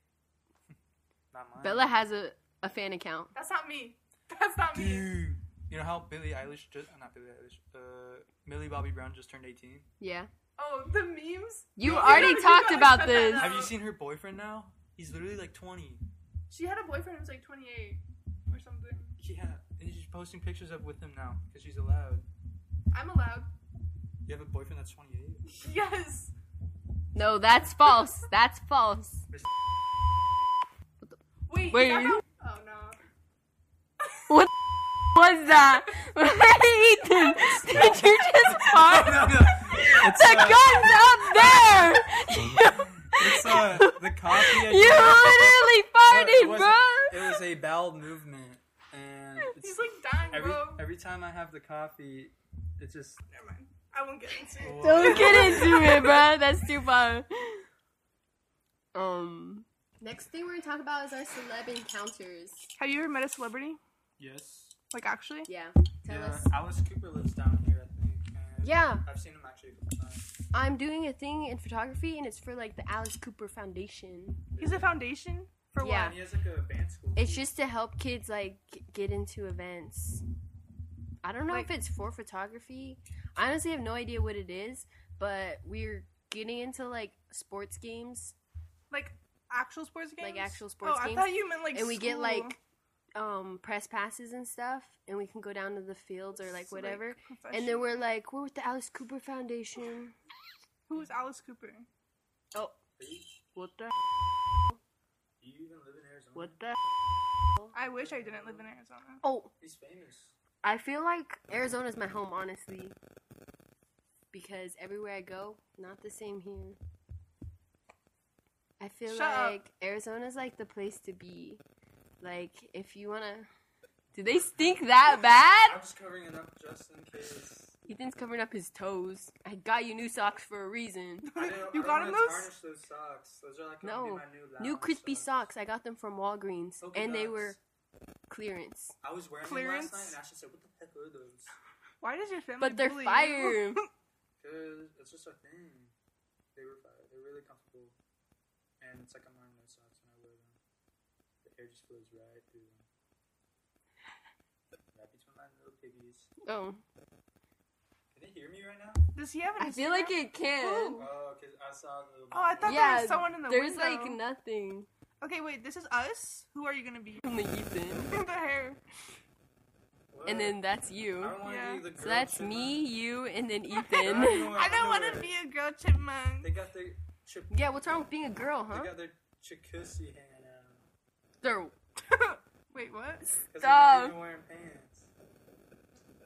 Speaker 3: Not mine.
Speaker 1: Bella has a, a fan account.
Speaker 2: That's not me. That's not me.
Speaker 3: Dude, you know how Billie Eilish just not Billie Eilish, uh, Millie Bobby Brown just turned 18.
Speaker 1: Yeah.
Speaker 2: Oh, the memes.
Speaker 1: You
Speaker 2: No,
Speaker 1: already
Speaker 2: gotta-
Speaker 1: talked
Speaker 2: gotta
Speaker 1: about
Speaker 2: cut that
Speaker 1: this.
Speaker 2: out.
Speaker 3: Have you seen her boyfriend now? He's literally like 20.
Speaker 2: She had a boyfriend who was like 28 or something.
Speaker 3: Yeah, and she's posting pictures of with him now because she's allowed.
Speaker 2: I'm allowed.
Speaker 3: You have a boyfriend that's 28.
Speaker 2: Yes.
Speaker 1: No, that's false. That's false.
Speaker 2: Wait.
Speaker 1: Wait,
Speaker 2: Wait.
Speaker 1: are you-
Speaker 2: Oh no.
Speaker 1: Was that? Ethan, did you just fart?
Speaker 3: It's,
Speaker 1: The
Speaker 3: uh,
Speaker 1: gun's up there!
Speaker 3: it's, uh, the coffee. I
Speaker 1: You literally farted,
Speaker 3: No, it
Speaker 1: bro!
Speaker 3: wasn't. It was a bowel movement, and
Speaker 2: He's
Speaker 3: it's,
Speaker 2: like dying,
Speaker 3: every
Speaker 2: bro.
Speaker 3: every time I have the coffee, it's just.
Speaker 2: Never mind. I won't get into it.
Speaker 1: Don't get into it, bro. That's too far. Um. Next thing we're gonna talk about is our celeb encounters.
Speaker 2: Have you ever met a celebrity?
Speaker 3: Yes.
Speaker 2: Like actually?
Speaker 1: Yeah. Tell
Speaker 3: Yeah,
Speaker 1: us.
Speaker 3: Alice Cooper lives down here, I think. and
Speaker 1: Yeah,
Speaker 3: I've seen him actually a couple times.
Speaker 1: I'm doing a thing in photography, and it's for like the Alice Cooper Foundation.
Speaker 2: He's a foundation for
Speaker 1: Yeah.
Speaker 2: what?
Speaker 3: And he has like a band school.
Speaker 1: It's just to help kids like g- get into events. I don't know
Speaker 2: Like-
Speaker 1: if it's for photography. I honestly have no idea what it is, but we're getting into like sports games,
Speaker 2: Like actual sports games?
Speaker 1: like actual sports
Speaker 2: oh,
Speaker 1: games,
Speaker 2: I thought you meant like.
Speaker 1: and we get
Speaker 2: school.
Speaker 1: like um press passes and stuff, and we can go down to the fields or like
Speaker 2: It's, like,
Speaker 1: whatever. and
Speaker 2: professional.
Speaker 1: then we're like, we're with the Alice Cooper Foundation.
Speaker 2: Who is Alice Cooper?
Speaker 3: Do
Speaker 1: What the?
Speaker 3: you even live in Arizona?
Speaker 1: What the?
Speaker 2: I wish I didn't live in Arizona.
Speaker 1: Oh,
Speaker 3: He's famous.
Speaker 1: I feel like Arizona's my home, honestly. Because everywhere I go, not the same here. I feel
Speaker 2: Shut up.
Speaker 1: like Arizona's like the place to be. Like, if you wanna. Do they stink that bad?
Speaker 3: I'm just covering it up just in case.
Speaker 1: Ethan's covering up his toes. I got you new socks for a reason.
Speaker 3: I don't-
Speaker 2: you
Speaker 3: I
Speaker 2: got
Speaker 3: don't
Speaker 2: him
Speaker 3: wanna
Speaker 2: those?
Speaker 3: Tarnish those socks. Those are like gonna
Speaker 1: No.
Speaker 3: be my new,
Speaker 1: New
Speaker 3: lounge
Speaker 1: crispy socks. I got them from Walgreens.
Speaker 3: Polka
Speaker 1: And they
Speaker 3: dots.
Speaker 1: were clearance.
Speaker 3: I was wearing
Speaker 2: Clearance?
Speaker 3: them last night, and Ashley said, "What the heck are those?"
Speaker 2: Why does your family?
Speaker 1: But they're
Speaker 2: bully you?
Speaker 1: fire.
Speaker 3: Cause it's just a thing. They were fire. They're really comfortable, and it's like I'm wearing no socks when I wear them. The air just flows right through them. Right between my little piggies.
Speaker 1: oh.
Speaker 3: Can they hear me right now?
Speaker 2: Does he have an?
Speaker 1: I feel like
Speaker 2: Instagram?
Speaker 1: it can.
Speaker 2: Ooh.
Speaker 3: Oh, cause I saw a little.
Speaker 2: Oh, I thought
Speaker 1: Yeah,
Speaker 2: there was someone in the
Speaker 1: There's
Speaker 2: window.
Speaker 1: like nothing.
Speaker 2: Okay, wait. This is us. Who are you gonna be?
Speaker 1: Only Ethan.
Speaker 2: the hair.
Speaker 1: And then that's you.
Speaker 3: I don't wanna
Speaker 2: Yeah.
Speaker 3: be the girl
Speaker 1: So that's
Speaker 3: chipmunk.
Speaker 1: me, you, and then
Speaker 3: I don't
Speaker 1: Ethan.
Speaker 3: know
Speaker 2: I don't
Speaker 3: what
Speaker 2: want to
Speaker 3: underwear.
Speaker 2: be a girl chipmunk.
Speaker 3: They got their chip.
Speaker 1: yeah, what's wrong with being a girl, huh?
Speaker 3: They got their jacuzzi hanging out.
Speaker 1: They're-
Speaker 2: wait, what?
Speaker 3: 'Cause they're not
Speaker 1: Stop.
Speaker 3: even wearing pants.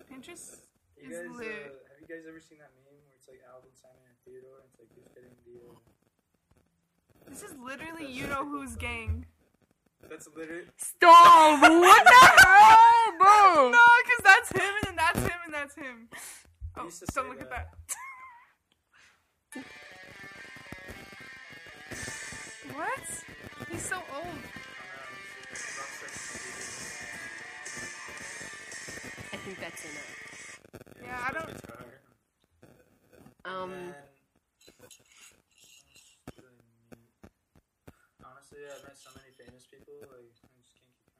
Speaker 2: Pinterest.
Speaker 3: You
Speaker 2: It's
Speaker 3: guys, uh,
Speaker 2: lit.
Speaker 3: have you guys ever seen that meme where it's like Alvin, Simon, and Theodore, and it's like who's getting the? Uh,
Speaker 2: This is literally you know who's gang.
Speaker 3: that's literally.
Speaker 1: Stop! What the hell, bro?
Speaker 2: No, because that's him, and then that's him, and that's him.
Speaker 3: I
Speaker 2: Oh,
Speaker 3: used to
Speaker 2: don't
Speaker 3: say
Speaker 2: look at that.
Speaker 3: that.
Speaker 2: what? He's so old.
Speaker 1: I think that's enough.
Speaker 2: Yeah, I don't-
Speaker 1: Um,
Speaker 3: Honestly, I've met so many famous people. Like, I just can't keep count.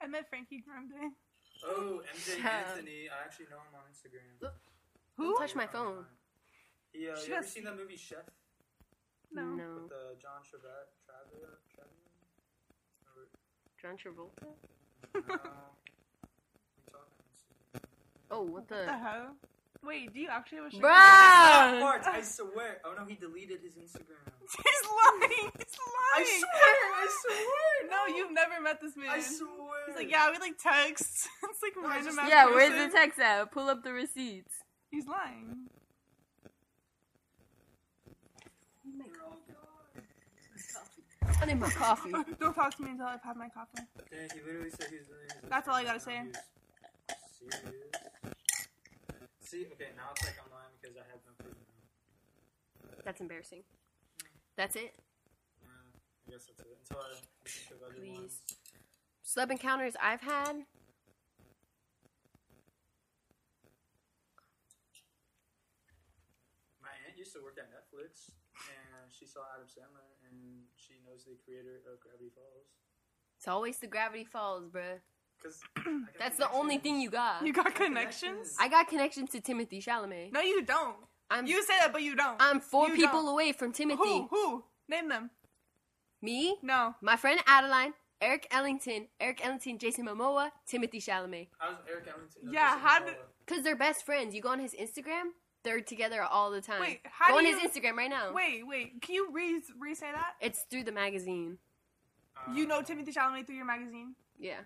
Speaker 2: I met Frankie Grande.
Speaker 3: Oh, MJ
Speaker 1: Yeah.
Speaker 3: Anthony. I actually know him on Instagram.
Speaker 1: Look,
Speaker 2: Who?
Speaker 1: Touch my phone.
Speaker 3: He, uh,
Speaker 2: She
Speaker 3: you ever
Speaker 2: does-
Speaker 3: seen that movie Chef
Speaker 1: no.
Speaker 2: No.
Speaker 3: with uh, John Travolta? Travolta? Travolta?
Speaker 1: John Travolta?
Speaker 3: talking
Speaker 1: Oh, what
Speaker 2: What the
Speaker 1: the?
Speaker 2: hell? Wait, do you actually have a sugar?
Speaker 1: Bro!
Speaker 3: Parts, I swear. Oh no, he deleted his Instagram.
Speaker 2: He's lying. He's lying.
Speaker 3: I swear, I swear.
Speaker 2: No, you've never met this man.
Speaker 3: I
Speaker 2: He's
Speaker 3: swear.
Speaker 2: like, yeah, we like text. it's like
Speaker 3: No, I
Speaker 2: random.
Speaker 3: just-
Speaker 2: ass
Speaker 1: Yeah, where's
Speaker 2: person.
Speaker 1: the text at? Pull up the receipts.
Speaker 2: He's lying.
Speaker 3: Oh
Speaker 1: I need my coffee.
Speaker 2: Don't talk to me until I've had my coffee.
Speaker 3: Yeah, he literally said he was deleting his
Speaker 2: That's all I
Speaker 3: Instagram.
Speaker 2: gotta say.
Speaker 3: He was serious. See, okay, now it's like I'm lying because I have no proof. Uh, now.
Speaker 1: That's embarrassing. That's it.
Speaker 3: Yeah, I guess that's it. Until I think of other
Speaker 1: Please.
Speaker 3: ones.
Speaker 1: Celeb encounters I've had.
Speaker 3: My aunt used to work at Netflix, and she saw Adam Sandler, and she knows the creator of Gravity Falls.
Speaker 1: It's always the Gravity Falls, bruh.
Speaker 3: Cause
Speaker 1: That's the only thing you got.
Speaker 2: You got connections?
Speaker 1: I got connections to Timothy Chalamet.
Speaker 2: No, you don't.
Speaker 1: I'm
Speaker 2: You say that, but you don't.
Speaker 1: I'm 4
Speaker 2: you
Speaker 1: people
Speaker 2: don't.
Speaker 1: away from Timothy.
Speaker 2: Who? Who? Name them.
Speaker 1: Me,
Speaker 2: No.
Speaker 1: my friend Adeline, Eric Ellington, Eric Ellington, Jason Momoa, Timothy Chalamet.
Speaker 3: I was Eric Ellington. that
Speaker 2: Yeah,
Speaker 3: was in
Speaker 2: how
Speaker 3: Noah.
Speaker 2: did-
Speaker 1: Cause they're best friends. You go on his Instagram, they're together all the time.
Speaker 2: Wait, how
Speaker 1: go on
Speaker 2: do you-
Speaker 1: his Instagram right now.
Speaker 2: Wait, wait. Can you re re say that?
Speaker 1: It's through the magazine.
Speaker 3: Uh,
Speaker 2: You know Timothy Chalamet through your magazine.
Speaker 1: Yeah.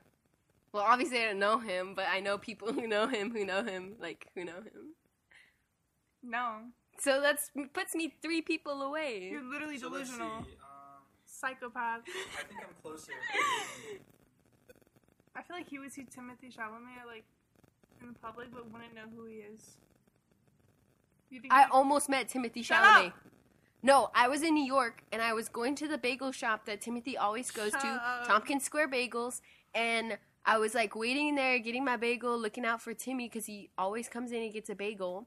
Speaker 1: Well, obviously I don't know him, but I know people who know him, who know him, like who know him.
Speaker 2: No,
Speaker 1: So that's puts me three people away.
Speaker 2: you're literally
Speaker 3: So let's see.
Speaker 2: delusional.
Speaker 3: Um,
Speaker 2: Psychopath.
Speaker 3: I think I'm closer.
Speaker 2: I feel like he would see Timothy Chalamet like in the public, but wouldn't know who he is. You think
Speaker 1: I
Speaker 2: he-
Speaker 1: almost met Timothy
Speaker 2: Shut
Speaker 1: Chalamet.
Speaker 2: up.
Speaker 1: No, I was in New York and I was going to the bagel shop that Timothy always goes
Speaker 2: Shut
Speaker 1: to,
Speaker 2: up.
Speaker 1: Tompkins Square Bagels, and I was like waiting there, getting my bagel, looking out for Timmy because he always comes in and gets a bagel.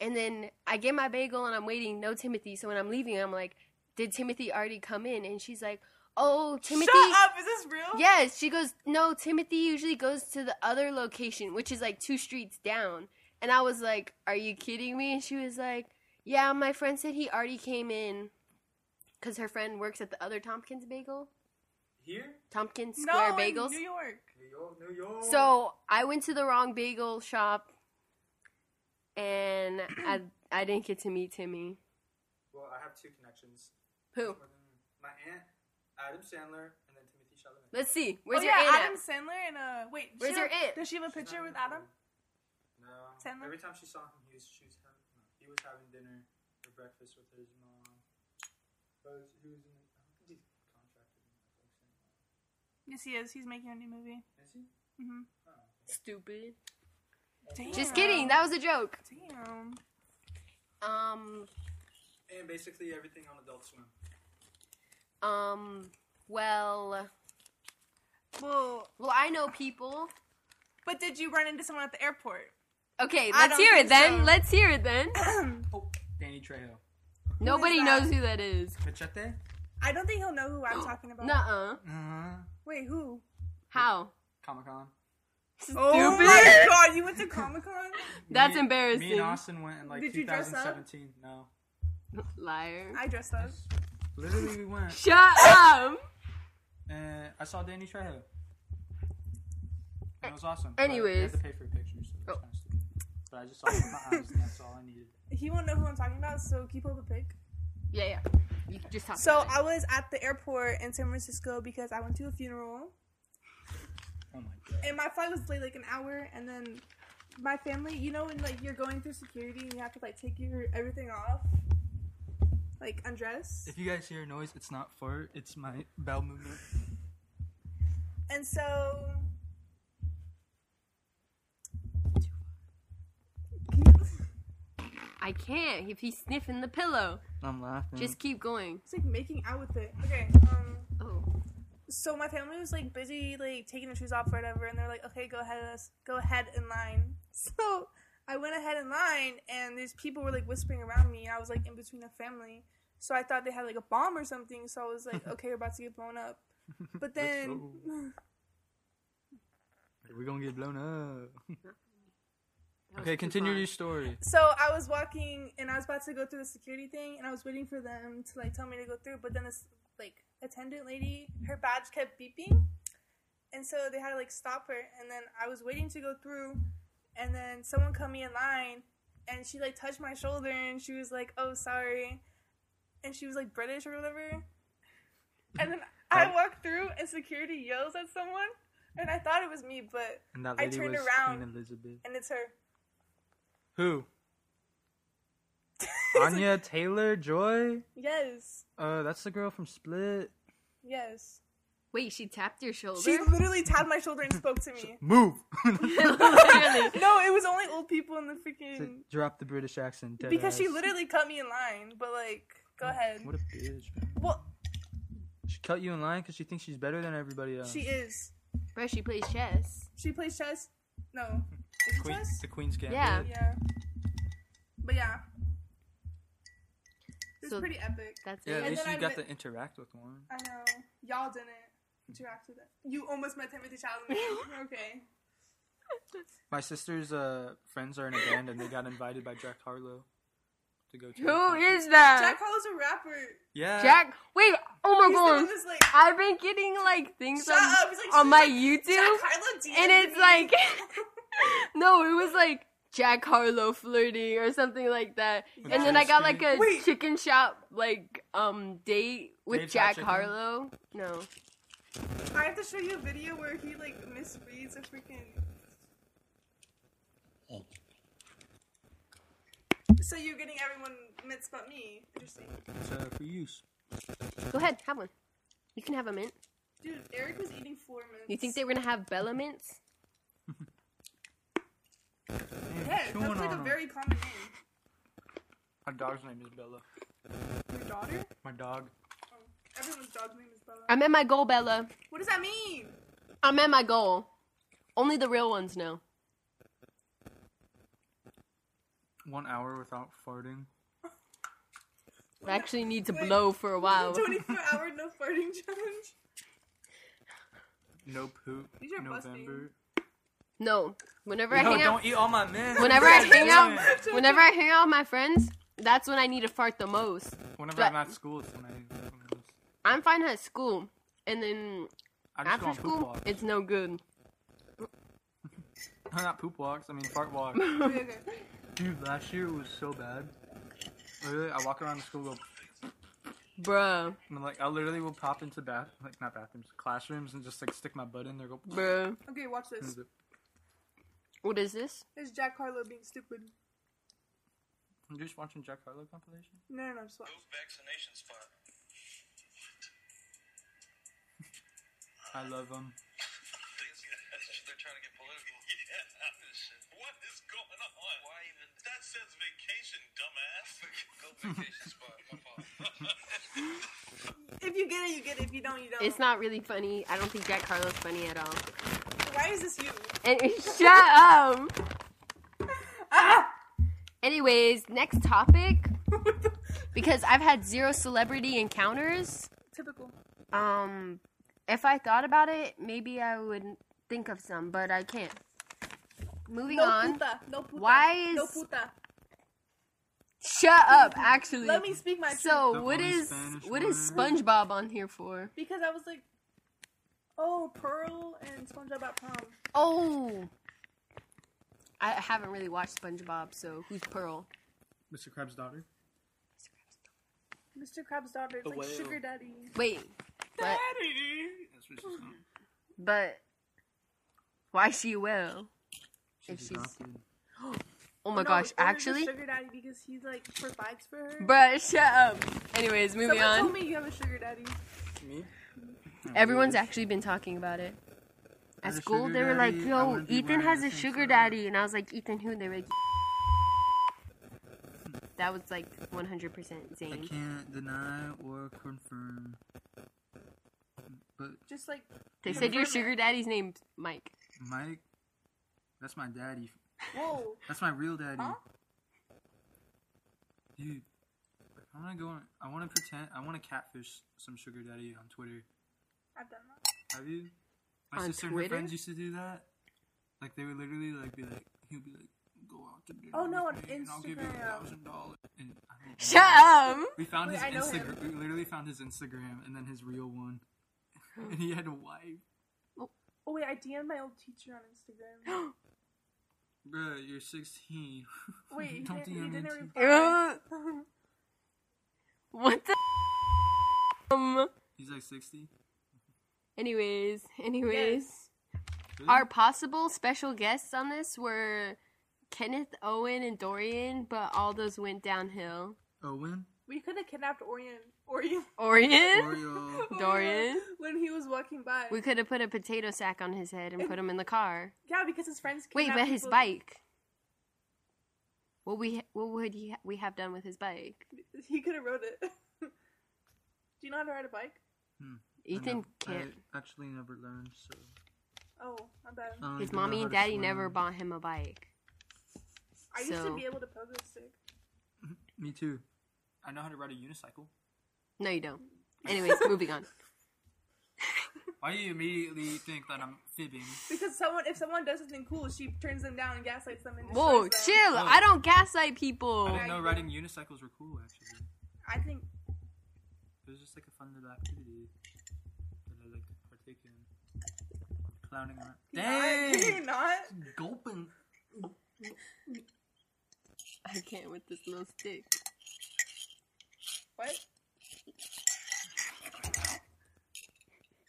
Speaker 1: And then I get my bagel and I'm waiting, no Timothy. So when I'm leaving, I'm like, did Timothy already come in? And she's like, oh, Timothy.
Speaker 2: Shut up! Is this real?
Speaker 1: Yes, she goes, no, Timothy usually goes to the other location, which is like two streets down. And I was like, are you kidding me? And she was like, yeah, my friend said he already came in because her friend works at the other Tompkins Bagel,
Speaker 3: Here,
Speaker 1: Tompkins
Speaker 2: No,
Speaker 1: Square
Speaker 2: in
Speaker 1: Bagels.
Speaker 2: New York.
Speaker 3: New York, New York.
Speaker 1: So I went to the wrong bagel shop and I, I didn't get to meet Timmy.
Speaker 3: Well, I have two connections.
Speaker 1: Who?
Speaker 3: My aunt, Adam Sandler, and then Timothy Chalamet.
Speaker 1: Let's see. Where's
Speaker 2: oh,
Speaker 1: your
Speaker 2: yeah,
Speaker 1: aunt?
Speaker 2: Adam
Speaker 1: at?
Speaker 2: Sandler and uh wait.
Speaker 1: Where's
Speaker 2: does she
Speaker 1: your
Speaker 2: have-
Speaker 1: aunt?
Speaker 2: Does she have a
Speaker 3: She's
Speaker 2: picture
Speaker 3: not
Speaker 2: with
Speaker 3: in the
Speaker 2: Adam?
Speaker 3: photo. No.
Speaker 2: Sandler?
Speaker 3: Every time she saw him, he was she was having no, he was having dinner or breakfast with his mom. But he was in the, I don't think he's contracted in Netflix anymore.
Speaker 2: Yes, he is. He's making a new movie.
Speaker 3: Is he?
Speaker 2: hmm
Speaker 3: Oh.
Speaker 1: Stupid.
Speaker 2: Damn.
Speaker 1: Mm-hmm. Just kidding. That was a joke.
Speaker 2: Damn.
Speaker 1: Um,
Speaker 3: And basically everything on Adult Swim.
Speaker 1: Um, well,
Speaker 2: Well,
Speaker 1: well, I know people.
Speaker 2: but did you run into someone at the airport?
Speaker 1: Okay,
Speaker 2: I
Speaker 1: let's
Speaker 2: don't
Speaker 1: hear
Speaker 2: think
Speaker 1: it then.
Speaker 2: so.
Speaker 1: Let's hear it then.
Speaker 3: Oh, Danny Trejo.
Speaker 1: Nobody
Speaker 2: that?
Speaker 1: knows who that is.
Speaker 3: Machete.
Speaker 2: I don't think he'll know who I'm talking about.
Speaker 1: Nuh-uh.
Speaker 3: Uh-huh.
Speaker 2: Wait, who?
Speaker 1: How?
Speaker 3: Comic Con.
Speaker 2: Oh
Speaker 1: Stupid.
Speaker 2: my god, you went to Comic Con?
Speaker 1: That's
Speaker 3: Me- Me
Speaker 1: embarrassing.
Speaker 3: and Austin went in like
Speaker 2: Did you dress up?
Speaker 3: 2017. No.
Speaker 1: Liar.
Speaker 2: I dressed up.
Speaker 3: Literally, we went
Speaker 1: Shut up.
Speaker 3: and I saw Danny Trejo. And it was awesome. but you
Speaker 1: Anyways.
Speaker 3: had to pay for a picture, so
Speaker 1: Oh.
Speaker 3: it was kind of stupid. But I just saw it with my eyes, and that's all I needed.
Speaker 2: He won't know who I'm talking about, so keep up the pic.
Speaker 1: Yeah, yeah. You can just talk.
Speaker 2: So
Speaker 1: about it.
Speaker 2: I was at the airport in San Francisco because I went to a funeral,
Speaker 3: Oh my god.
Speaker 2: and my flight was delayed like an hour, and then my family, you know, when like you're going through security and you have to like take your everything off, like undress.
Speaker 3: If you guys hear a noise, it's not fart, it's my bowel movement.
Speaker 2: And so.
Speaker 1: I can't. If he's sniffing the pillow,
Speaker 3: I'm laughing.
Speaker 1: just keep going.
Speaker 2: It's like making out with it. Okay. Um,
Speaker 1: Oh,
Speaker 2: so my family was like busy, like taking their shoes off or whatever, and they're like, "Okay, go ahead, us go ahead in line." So I went ahead in line, and these people were like whispering around me, and I was like in between the family, so I thought they had like a bomb or something. So I was like, "Okay, we're about to get blown up," but then
Speaker 3: We're gonna get blown up.
Speaker 1: that was
Speaker 3: Okay,
Speaker 1: too
Speaker 3: continue
Speaker 1: far.
Speaker 3: your story.
Speaker 2: So I was walking and I was about to go through the security thing and I was waiting for them to like tell me to go through, but then this like attendant lady, her badge kept beeping. and so they had to like stop her. And then I was waiting to go through, and then someone come me in line, and she like touched my shoulder, and she was like, "Oh, sorry," and she was like British or whatever. And then I
Speaker 3: Right.
Speaker 2: walked through, and security yells at someone, and I thought it was me, but
Speaker 3: And that
Speaker 2: I
Speaker 3: lady
Speaker 2: turned
Speaker 3: was
Speaker 2: around.
Speaker 3: Queen Elizabeth.
Speaker 2: and it's her.
Speaker 3: Who?
Speaker 2: It's like,
Speaker 3: Anya Taylor Joy?
Speaker 2: yes,
Speaker 3: Uh, that's the girl from Split.
Speaker 2: yes.
Speaker 1: Wait, she tapped your shoulder?
Speaker 2: She literally tapped my shoulder and spoke to me.
Speaker 3: Move!
Speaker 1: Literally.
Speaker 2: No, it was only old people in the freaking.
Speaker 3: Drop the British accent. dead
Speaker 2: Because she
Speaker 3: ass.
Speaker 2: literally cut me in line, but like, go ahead.
Speaker 3: What a bitch, man.
Speaker 2: Well,
Speaker 3: She cut you in line because she thinks she's better than everybody else.
Speaker 2: she is.
Speaker 1: Bro, she plays chess.
Speaker 2: She plays chess. No, is it
Speaker 3: Queen,
Speaker 2: chess?
Speaker 3: the Queen's Gambit.
Speaker 1: Yeah.
Speaker 2: Yeah. But yeah, it's
Speaker 1: So-
Speaker 2: pretty epic.
Speaker 1: That's
Speaker 3: Yeah,
Speaker 1: it.
Speaker 3: at
Speaker 2: And
Speaker 3: least
Speaker 2: then
Speaker 3: you
Speaker 2: I
Speaker 3: got
Speaker 2: met-
Speaker 3: to interact with one.
Speaker 2: I know y'all didn't interact with it. You almost met Timothy Chalamet. okay.
Speaker 3: My sister's uh, friends are in a band and they got invited by Jack Harlow to go to. a
Speaker 1: Who
Speaker 3: concert.
Speaker 1: is that?
Speaker 2: Jack Harlow's a rapper.
Speaker 3: Yeah.
Speaker 1: Jack- Wait, oh my
Speaker 2: He's the one
Speaker 1: god.
Speaker 2: that's like,
Speaker 1: I've been getting like things
Speaker 2: shut
Speaker 1: on,
Speaker 2: up. He's like,
Speaker 1: on
Speaker 2: she's
Speaker 1: my
Speaker 2: like,
Speaker 1: YouTube.
Speaker 2: Jack Harlow DM'd
Speaker 1: and it's
Speaker 2: me.
Speaker 1: like no it was like jack harlow flirting or something like that
Speaker 3: With
Speaker 1: and then i got like a
Speaker 2: Wait.
Speaker 1: chicken shop like um date with
Speaker 3: Dave's Hot
Speaker 1: jack
Speaker 3: Chicken?
Speaker 1: harlow no
Speaker 2: I have to show you a video where he like misreads a freaking. So you're getting everyone mitts but me. Interesting.
Speaker 3: It's, uh, for use.
Speaker 1: go ahead have one you can have a mint
Speaker 2: Dude, Eric was eating four mints.
Speaker 1: you think they were gonna have bella mints
Speaker 3: Man,
Speaker 2: Yeah,
Speaker 3: chewing
Speaker 2: that's like
Speaker 3: on
Speaker 2: a
Speaker 3: 'em.
Speaker 2: very common name.
Speaker 3: My dog's name is Bella.
Speaker 2: Your daughter?
Speaker 3: My dog.
Speaker 2: Oh, everyone's dog's name is Bella.
Speaker 1: i'm at my goal bella
Speaker 2: What does that mean?
Speaker 1: i'm at my goal only the real ones know
Speaker 3: One hour without farting.
Speaker 1: i actually need to
Speaker 2: Wait.
Speaker 1: blow for a while
Speaker 2: 24 hour no farting challenge.
Speaker 3: No poop.
Speaker 2: These are
Speaker 3: November.
Speaker 1: no whenever i
Speaker 3: Yo,
Speaker 1: hang out
Speaker 3: don't eat all my mints.
Speaker 1: whenever i hang
Speaker 3: Whenever
Speaker 1: out whenever i hang out with my friends that's when i need to fart the most
Speaker 3: I'm at school, it's when I.
Speaker 1: I'm fine at school, and then
Speaker 3: I just
Speaker 1: after
Speaker 3: go on poop
Speaker 1: school,
Speaker 3: walks.
Speaker 1: it's no good.
Speaker 3: Not poop walks. I mean fart walks.
Speaker 2: Okay, okay.
Speaker 3: Dude, last year it was so bad. Literally, I walk around the school, go,
Speaker 1: Bruh,
Speaker 3: and I'm like, I literally will pop into bath, like not bathrooms, classrooms, and just like stick my butt in there, go.
Speaker 1: bruh.
Speaker 2: Okay, watch
Speaker 3: and
Speaker 2: this.
Speaker 3: zip.
Speaker 1: What is this?
Speaker 2: It's Jack Harlow being stupid.
Speaker 3: I'm just watching Jack Harlow compilation.
Speaker 2: No, no, no, just watch.
Speaker 5: vaccination spot.
Speaker 3: I love um, him.
Speaker 5: They're trying to get political. Yeah. What is going on? Why even? That says vacation, dumbass. Go vacation spot. My
Speaker 2: If you get it, you get it. If you don't, you don't.
Speaker 1: It's not really funny. I don't think Jack Carlos funny at all.
Speaker 2: Why is this you?
Speaker 1: And shut up.
Speaker 2: Ah!
Speaker 1: Anyways, next topic
Speaker 2: What the-
Speaker 1: because I've had zero celebrity encounters.
Speaker 2: Typical.
Speaker 1: Um, if I thought about it, maybe I would think of some, but I can't. Moving on.
Speaker 2: puta. No puta.
Speaker 1: Why is-
Speaker 2: no puta?
Speaker 1: Shut up. Actually,
Speaker 2: Let me speak my truth.
Speaker 1: so
Speaker 3: The
Speaker 1: what
Speaker 3: only
Speaker 1: is
Speaker 3: Spanish
Speaker 1: what is
Speaker 3: word.
Speaker 1: SpongeBob on here for?
Speaker 2: because I was like, oh, Pearl and SpongeBob at prom.
Speaker 1: Oh. I haven't really watched SpongeBob, so who's Pearl?
Speaker 3: Mr. Krabs' daughter.
Speaker 2: Mr. Krabs' daughter, it's
Speaker 3: The
Speaker 2: like
Speaker 3: whale.
Speaker 2: sugar daddy.
Speaker 1: Wait, but
Speaker 3: That's what she's called.
Speaker 1: but why she will? If
Speaker 3: She's
Speaker 1: she's-
Speaker 3: adopted.
Speaker 1: Oh my
Speaker 2: No,
Speaker 1: gosh,
Speaker 2: it's literally just
Speaker 1: actually,
Speaker 2: sugar daddy because he like provides for her.
Speaker 1: bruh, shut up. Anyways, moving
Speaker 2: Someone told
Speaker 1: on.
Speaker 2: me you have a sugar daddy.
Speaker 3: Me?
Speaker 1: Everyone's actually been talking about it. At
Speaker 3: As a
Speaker 1: school,
Speaker 3: sugar
Speaker 1: they were like,
Speaker 3: daddy, I
Speaker 1: "Yo,
Speaker 3: wanna be
Speaker 1: Ethan
Speaker 3: one
Speaker 1: has a
Speaker 3: since
Speaker 1: sugar
Speaker 3: I-
Speaker 1: daddy," and I was like, "Ethan who?" They were like, "That was like 100%
Speaker 3: I
Speaker 1: Zane."
Speaker 3: can't deny or confirm. But
Speaker 2: Just like
Speaker 1: They said your sugar daddy's name's Mike.
Speaker 3: Mike, that's my daddy.
Speaker 2: whoa.
Speaker 3: That's my real daddy.
Speaker 2: Huh?
Speaker 3: Dude, I wanna go on. I wanna pretend. I wanna catfish some sugar daddy on Twitter.
Speaker 2: I've done that.
Speaker 3: Have you? My
Speaker 1: On
Speaker 3: sister and
Speaker 1: Twitter?
Speaker 3: her friends used to do that. Like they would literally like be like, he'll be like, go out to dinner.
Speaker 2: Oh, no,
Speaker 3: with
Speaker 2: on
Speaker 3: me and I'll give you a
Speaker 2: Instagram.
Speaker 3: thousand dollars. And I don't
Speaker 1: Shut
Speaker 3: know.
Speaker 1: up.
Speaker 3: We found
Speaker 2: Wait, I know
Speaker 3: his
Speaker 2: him.
Speaker 3: Instagram. We literally found his Instagram and then his real one. And he had a wife.
Speaker 2: Oh wait, I DM'd my old teacher on Instagram.
Speaker 3: Bruh, you're 16.
Speaker 2: Wait, he,
Speaker 3: Don't
Speaker 2: didn't-
Speaker 3: DM
Speaker 2: he
Speaker 3: me,
Speaker 2: didn't
Speaker 3: too.
Speaker 2: reply.
Speaker 1: what the? Um.
Speaker 3: He's like 60.
Speaker 1: Anyways, anyways, our possible special guests on this were Kenneth Owen and Dorian, but all those went downhill.
Speaker 3: Owen?
Speaker 2: We could have kidnapped Orion. Orion.
Speaker 1: Orion,
Speaker 3: Oreo.
Speaker 1: Dorian.
Speaker 2: When he was walking by.
Speaker 1: We could have put a potato sack on his head and put him in the car.
Speaker 2: yeah, because his friends.
Speaker 1: Wait,
Speaker 2: kidnapped
Speaker 1: but his
Speaker 2: people-
Speaker 1: bike. What we what would he we have done with his bike?
Speaker 2: He could have rode it. Do you know how to ride a bike?
Speaker 3: I
Speaker 1: Ethan
Speaker 3: nev-
Speaker 1: can't.
Speaker 3: I actually never learned, so.
Speaker 2: Oh, I'm bad.
Speaker 3: I don't
Speaker 1: His
Speaker 3: even know
Speaker 1: mommy
Speaker 3: how
Speaker 1: and
Speaker 3: to
Speaker 1: daddy
Speaker 3: swim.
Speaker 1: never bought him a bike.
Speaker 2: I used
Speaker 1: So-
Speaker 2: to be able to pogo stick.
Speaker 3: Me too. I know how to ride a unicycle.
Speaker 1: No, you don't. Anyways, moving on.
Speaker 3: Why do you immediately think that I'm fibbing?
Speaker 2: Because someone, if someone does something cool, she turns them down and gaslights them. And
Speaker 1: Whoa,
Speaker 2: destroys
Speaker 1: chill!
Speaker 2: them.
Speaker 1: I don't gaslight people.
Speaker 3: I didn't know
Speaker 2: you-
Speaker 3: riding unicycles were cool, actually.
Speaker 2: I think
Speaker 3: It was just like a fun little activity that I like to partake in. Clowning on it.
Speaker 2: Can you not?
Speaker 3: Gulping.
Speaker 1: I can't with this little stick.
Speaker 2: What?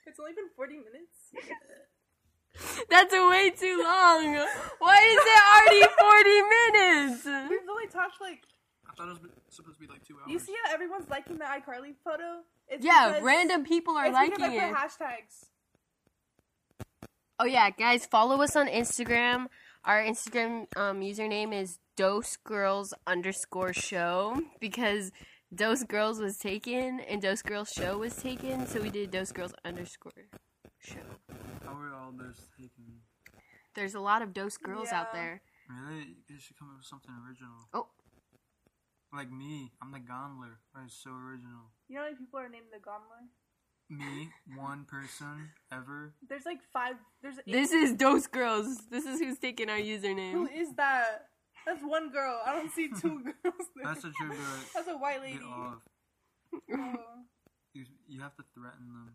Speaker 2: It's only been 40 minutes.
Speaker 1: That's way too long. Why is it already 40 minutes?
Speaker 2: We've only talked like.
Speaker 3: I thought it was supposed to be like two hours.
Speaker 2: You see how everyone's liking the iCarly photo? It's
Speaker 1: Yeah,
Speaker 2: because-
Speaker 1: random people are
Speaker 2: it's
Speaker 1: liking
Speaker 2: because I
Speaker 1: it.
Speaker 2: put hashtags.
Speaker 1: Oh yeah, guys, follow us on Instagram. Our Instagram um, username is Dose Girls underscore Show because Dose Girls was taken and Dose Girls Show was taken, so we did Dose Girls underscore Show.
Speaker 3: How are all those taken?
Speaker 1: There's a lot of Dose Girls out
Speaker 2: Yeah.
Speaker 1: there.
Speaker 3: Really? You guys should come up with something original.
Speaker 1: Oh.
Speaker 3: Like me. I'm the Gondler. That is so original.
Speaker 2: You know how many people are named the Gombler?
Speaker 3: Me, one person, ever.
Speaker 2: There's like five. There's eight.
Speaker 1: This is Dose Girls. This is who's taking our
Speaker 2: Who
Speaker 1: username.
Speaker 2: is that? That's one girl. I don't see two girls there.
Speaker 3: That's a true girl.
Speaker 2: That's a white lady.
Speaker 3: Get off.
Speaker 2: Oh.
Speaker 3: You, you have to threaten them.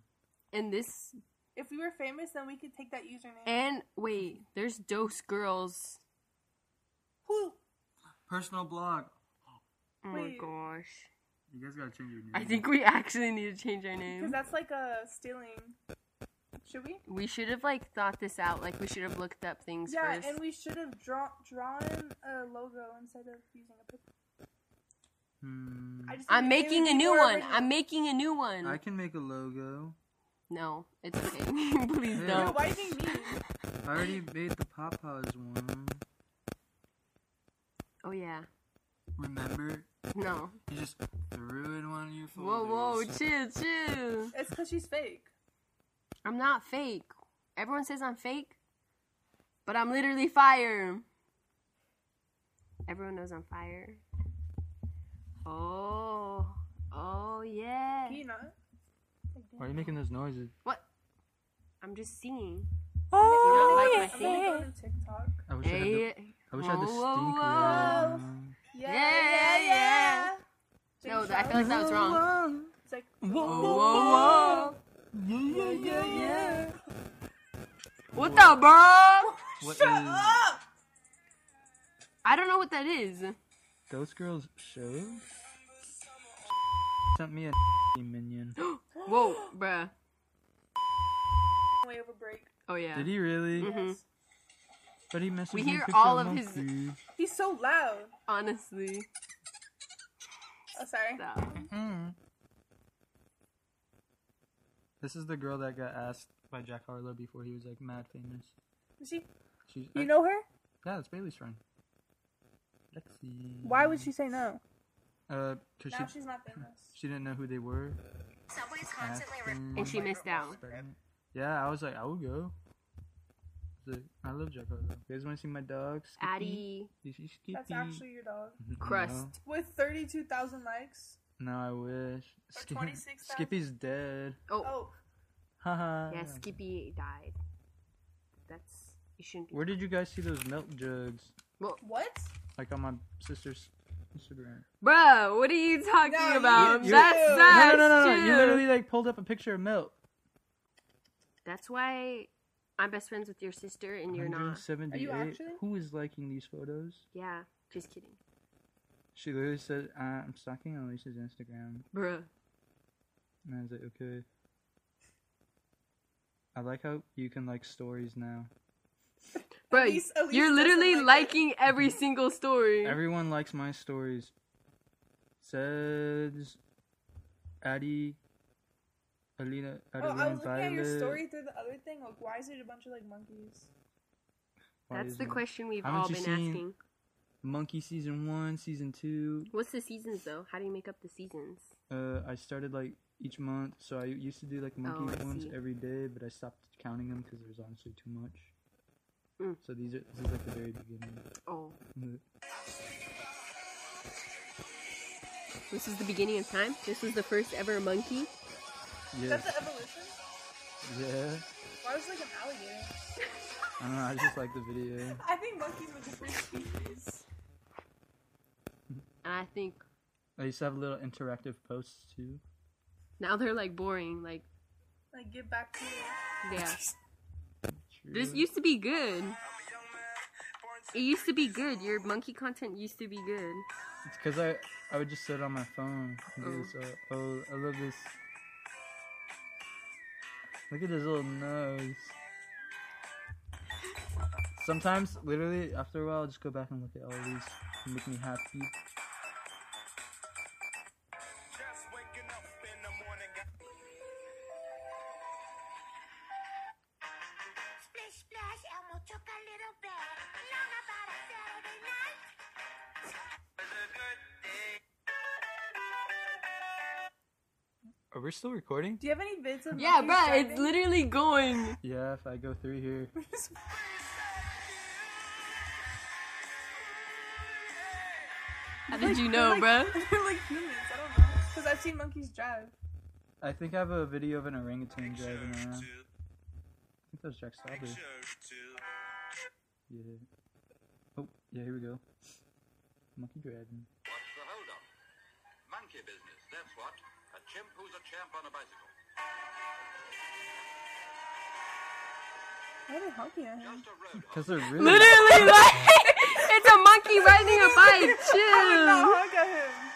Speaker 1: And this
Speaker 2: If we were famous, then we could take that username.
Speaker 1: and wait, there's Dose Girls.
Speaker 2: Who?
Speaker 3: Personal blog.
Speaker 1: Oh my
Speaker 2: Wait.
Speaker 1: gosh.
Speaker 3: You guys gotta change your name.
Speaker 1: I think we actually need to change our
Speaker 2: Because
Speaker 1: name.
Speaker 2: that's like a stealing. Should we?
Speaker 1: We should have like thought this out. Like we should have looked up things
Speaker 2: Yeah,
Speaker 1: first.
Speaker 2: and we should have draw- drawn a logo instead of using a picture.
Speaker 3: Hmm.
Speaker 2: I just
Speaker 1: I'm
Speaker 2: think it
Speaker 1: making
Speaker 2: would
Speaker 1: a
Speaker 2: be
Speaker 1: new
Speaker 2: more
Speaker 1: one.
Speaker 2: original.
Speaker 1: I'm making a new one.
Speaker 3: I can make a logo.
Speaker 1: No, it's okay. Please
Speaker 3: Yeah.
Speaker 2: No,
Speaker 1: don't.
Speaker 2: why are you being mean?
Speaker 3: I already made the Popeyes one.
Speaker 1: Oh yeah.
Speaker 3: Remember?
Speaker 1: No.
Speaker 3: You just threw it in one of your
Speaker 1: Whoa,
Speaker 3: folders.
Speaker 1: whoa, chill, chill.
Speaker 2: It's because she's fake.
Speaker 1: I'm not fake. Everyone says I'm fake, but I'm literally fire. Everyone knows I'm fire. Oh, oh yeah.
Speaker 2: Can you not? Like,
Speaker 3: Why are you making those noises?
Speaker 1: What? I'm just singing.
Speaker 2: Oh,
Speaker 1: You not like my
Speaker 2: I'm gonna go to TikTok.
Speaker 3: I wish I had the,
Speaker 1: Hey,
Speaker 3: I wish I had the
Speaker 1: Whoa, whoa,
Speaker 3: stink
Speaker 2: whoa.
Speaker 3: ring.
Speaker 2: Yeah,
Speaker 1: yeah, yeah.
Speaker 2: James
Speaker 1: No, I feel
Speaker 2: Charles.
Speaker 1: like that was wrong.
Speaker 2: It's like,
Speaker 1: Whoa, whoa,
Speaker 3: Yeah, yeah, yeah, yeah.
Speaker 1: What the bro?
Speaker 3: What
Speaker 2: shut
Speaker 3: is
Speaker 2: up!
Speaker 1: I don't know what that is.
Speaker 3: those girls show? Sent me a minion.
Speaker 1: Whoa, bruh.
Speaker 2: Way over break.
Speaker 1: Oh yeah.
Speaker 3: Did he really?
Speaker 1: Mhm.
Speaker 3: But he messaged
Speaker 1: We
Speaker 3: me
Speaker 1: hear
Speaker 3: picture
Speaker 1: all of his-
Speaker 3: monkey.
Speaker 2: He's so loud.
Speaker 1: Honestly.
Speaker 2: Oh, sorry.
Speaker 1: Stop.
Speaker 3: Mm. This is the girl that got asked by Jack Harlow before he was like mad famous.
Speaker 2: Is she?
Speaker 3: She's
Speaker 2: You know her?
Speaker 3: Yeah, it's Bailey's friend. Lexi.
Speaker 2: Why would she say no?
Speaker 3: Uh, cause
Speaker 2: Now
Speaker 3: she
Speaker 2: she's not famous.
Speaker 3: she didn't know who they were.
Speaker 4: Subway's
Speaker 3: Ashton.
Speaker 1: And she missed out.
Speaker 3: Yeah, I was like, I would go. I was like, I love Jack Harlow. You guys want to see my dog? Skippy?
Speaker 1: Addy.
Speaker 3: Is he Skippy?
Speaker 2: That's actually your dog.
Speaker 3: No.
Speaker 1: Crust.
Speaker 2: With 32,000 likes.
Speaker 3: No, I wish.
Speaker 2: Or
Speaker 3: Skippy-
Speaker 2: 26,000.
Speaker 3: Skippy's dead.
Speaker 1: Oh,
Speaker 2: Oh,
Speaker 3: Haha.
Speaker 1: yeah, Skippy died. That's. You shouldn't be.
Speaker 3: Where did you guys see those milk jugs?
Speaker 2: what?
Speaker 3: Like on my sister's Instagram.
Speaker 1: Bruh, what are you talking
Speaker 2: No, you
Speaker 1: about?
Speaker 2: do.
Speaker 1: That's
Speaker 2: No, no,
Speaker 1: that.
Speaker 3: no, no, no, no! You literally like pulled up a picture of milk.
Speaker 1: That's why I'm best friends with your sister and you're not.
Speaker 3: 178.
Speaker 2: Are you actually?
Speaker 3: Who is liking these photos?
Speaker 1: Yeah, just kidding.
Speaker 3: She literally said, uh, "I'm stalking Alicia's Instagram,"
Speaker 1: Bruh.
Speaker 3: and I was like, "Okay." I like how you can like stories now.
Speaker 1: Bro,
Speaker 2: Elise- Elise
Speaker 1: you're
Speaker 2: doesn't
Speaker 1: literally
Speaker 2: like it.
Speaker 1: liking every single story.
Speaker 3: Everyone likes my stories. Says Addy, Alina,
Speaker 2: Oh, I was
Speaker 3: Adeline,
Speaker 2: looking at your
Speaker 3: Violet.
Speaker 2: story through the other thing. Like, why is it a bunch of like monkeys?
Speaker 3: Why
Speaker 1: That's
Speaker 3: is
Speaker 1: the
Speaker 3: it-
Speaker 1: question we've all
Speaker 3: Haven't
Speaker 1: been
Speaker 3: you seen-
Speaker 1: asking.
Speaker 3: Monkey season one, season two.
Speaker 1: What's the seasons though? How do you make up the seasons?
Speaker 3: Uh, I started like each month, so I used to do like
Speaker 1: Oh,
Speaker 3: monkey
Speaker 1: I
Speaker 3: ones
Speaker 1: see.
Speaker 3: every day, but I stopped counting them because there was honestly too much.
Speaker 1: Mm.
Speaker 3: So these are this is like the very beginning.
Speaker 1: Oh,
Speaker 3: Mhm.
Speaker 1: this is the beginning of time. This was the first ever monkey.
Speaker 3: Yes.
Speaker 2: Is that the evolution?
Speaker 3: Yeah.
Speaker 2: Why was it like an alligator?
Speaker 3: I don't know. I just like the video.
Speaker 2: I think monkeys were just weird species.
Speaker 1: And I think
Speaker 3: I used to have little interactive posts too.
Speaker 1: now they're like boring. Like,
Speaker 2: Like, get back to
Speaker 1: yeah.
Speaker 3: True.
Speaker 1: This used to be good. It used to be good. Your monkey content used to be good.
Speaker 3: It's because I I would just sit on my phone. And do
Speaker 1: Oh.
Speaker 3: this, uh, oh, I love this. Look at his little nose. Sometimes, literally, after a while, I'll just go back and look at all these. They Make me happy.
Speaker 4: Splish, splash, Elmo took a little bit. Long about a Saturday night.
Speaker 3: Are we still recording?
Speaker 2: Do you have any vids of
Speaker 1: Yeah,
Speaker 2: monkeys
Speaker 1: bruh, it's
Speaker 2: driving?
Speaker 1: literally going.
Speaker 3: Yeah, if I go through here.
Speaker 1: How did you
Speaker 2: They're
Speaker 1: know,
Speaker 2: like-
Speaker 1: bruh?
Speaker 2: They're like humans. I don't know. Because I've seen monkeys drive.
Speaker 3: I think I have a video of an orangutan driving around. I think
Speaker 5: two,
Speaker 3: that was Jack Strawberry.
Speaker 5: two.
Speaker 3: Yeah. Oh, yeah, here we go. Monkey driving.
Speaker 5: What's the holdup? Monkey business, that's what. A chimp who's a champ on a bicycle.
Speaker 2: Why are they honking at him?
Speaker 5: Just a road.
Speaker 3: Because they're really.
Speaker 1: Literally, like, it's a monkey riding a bike.
Speaker 2: I would not
Speaker 1: Chill.
Speaker 2: honk at him.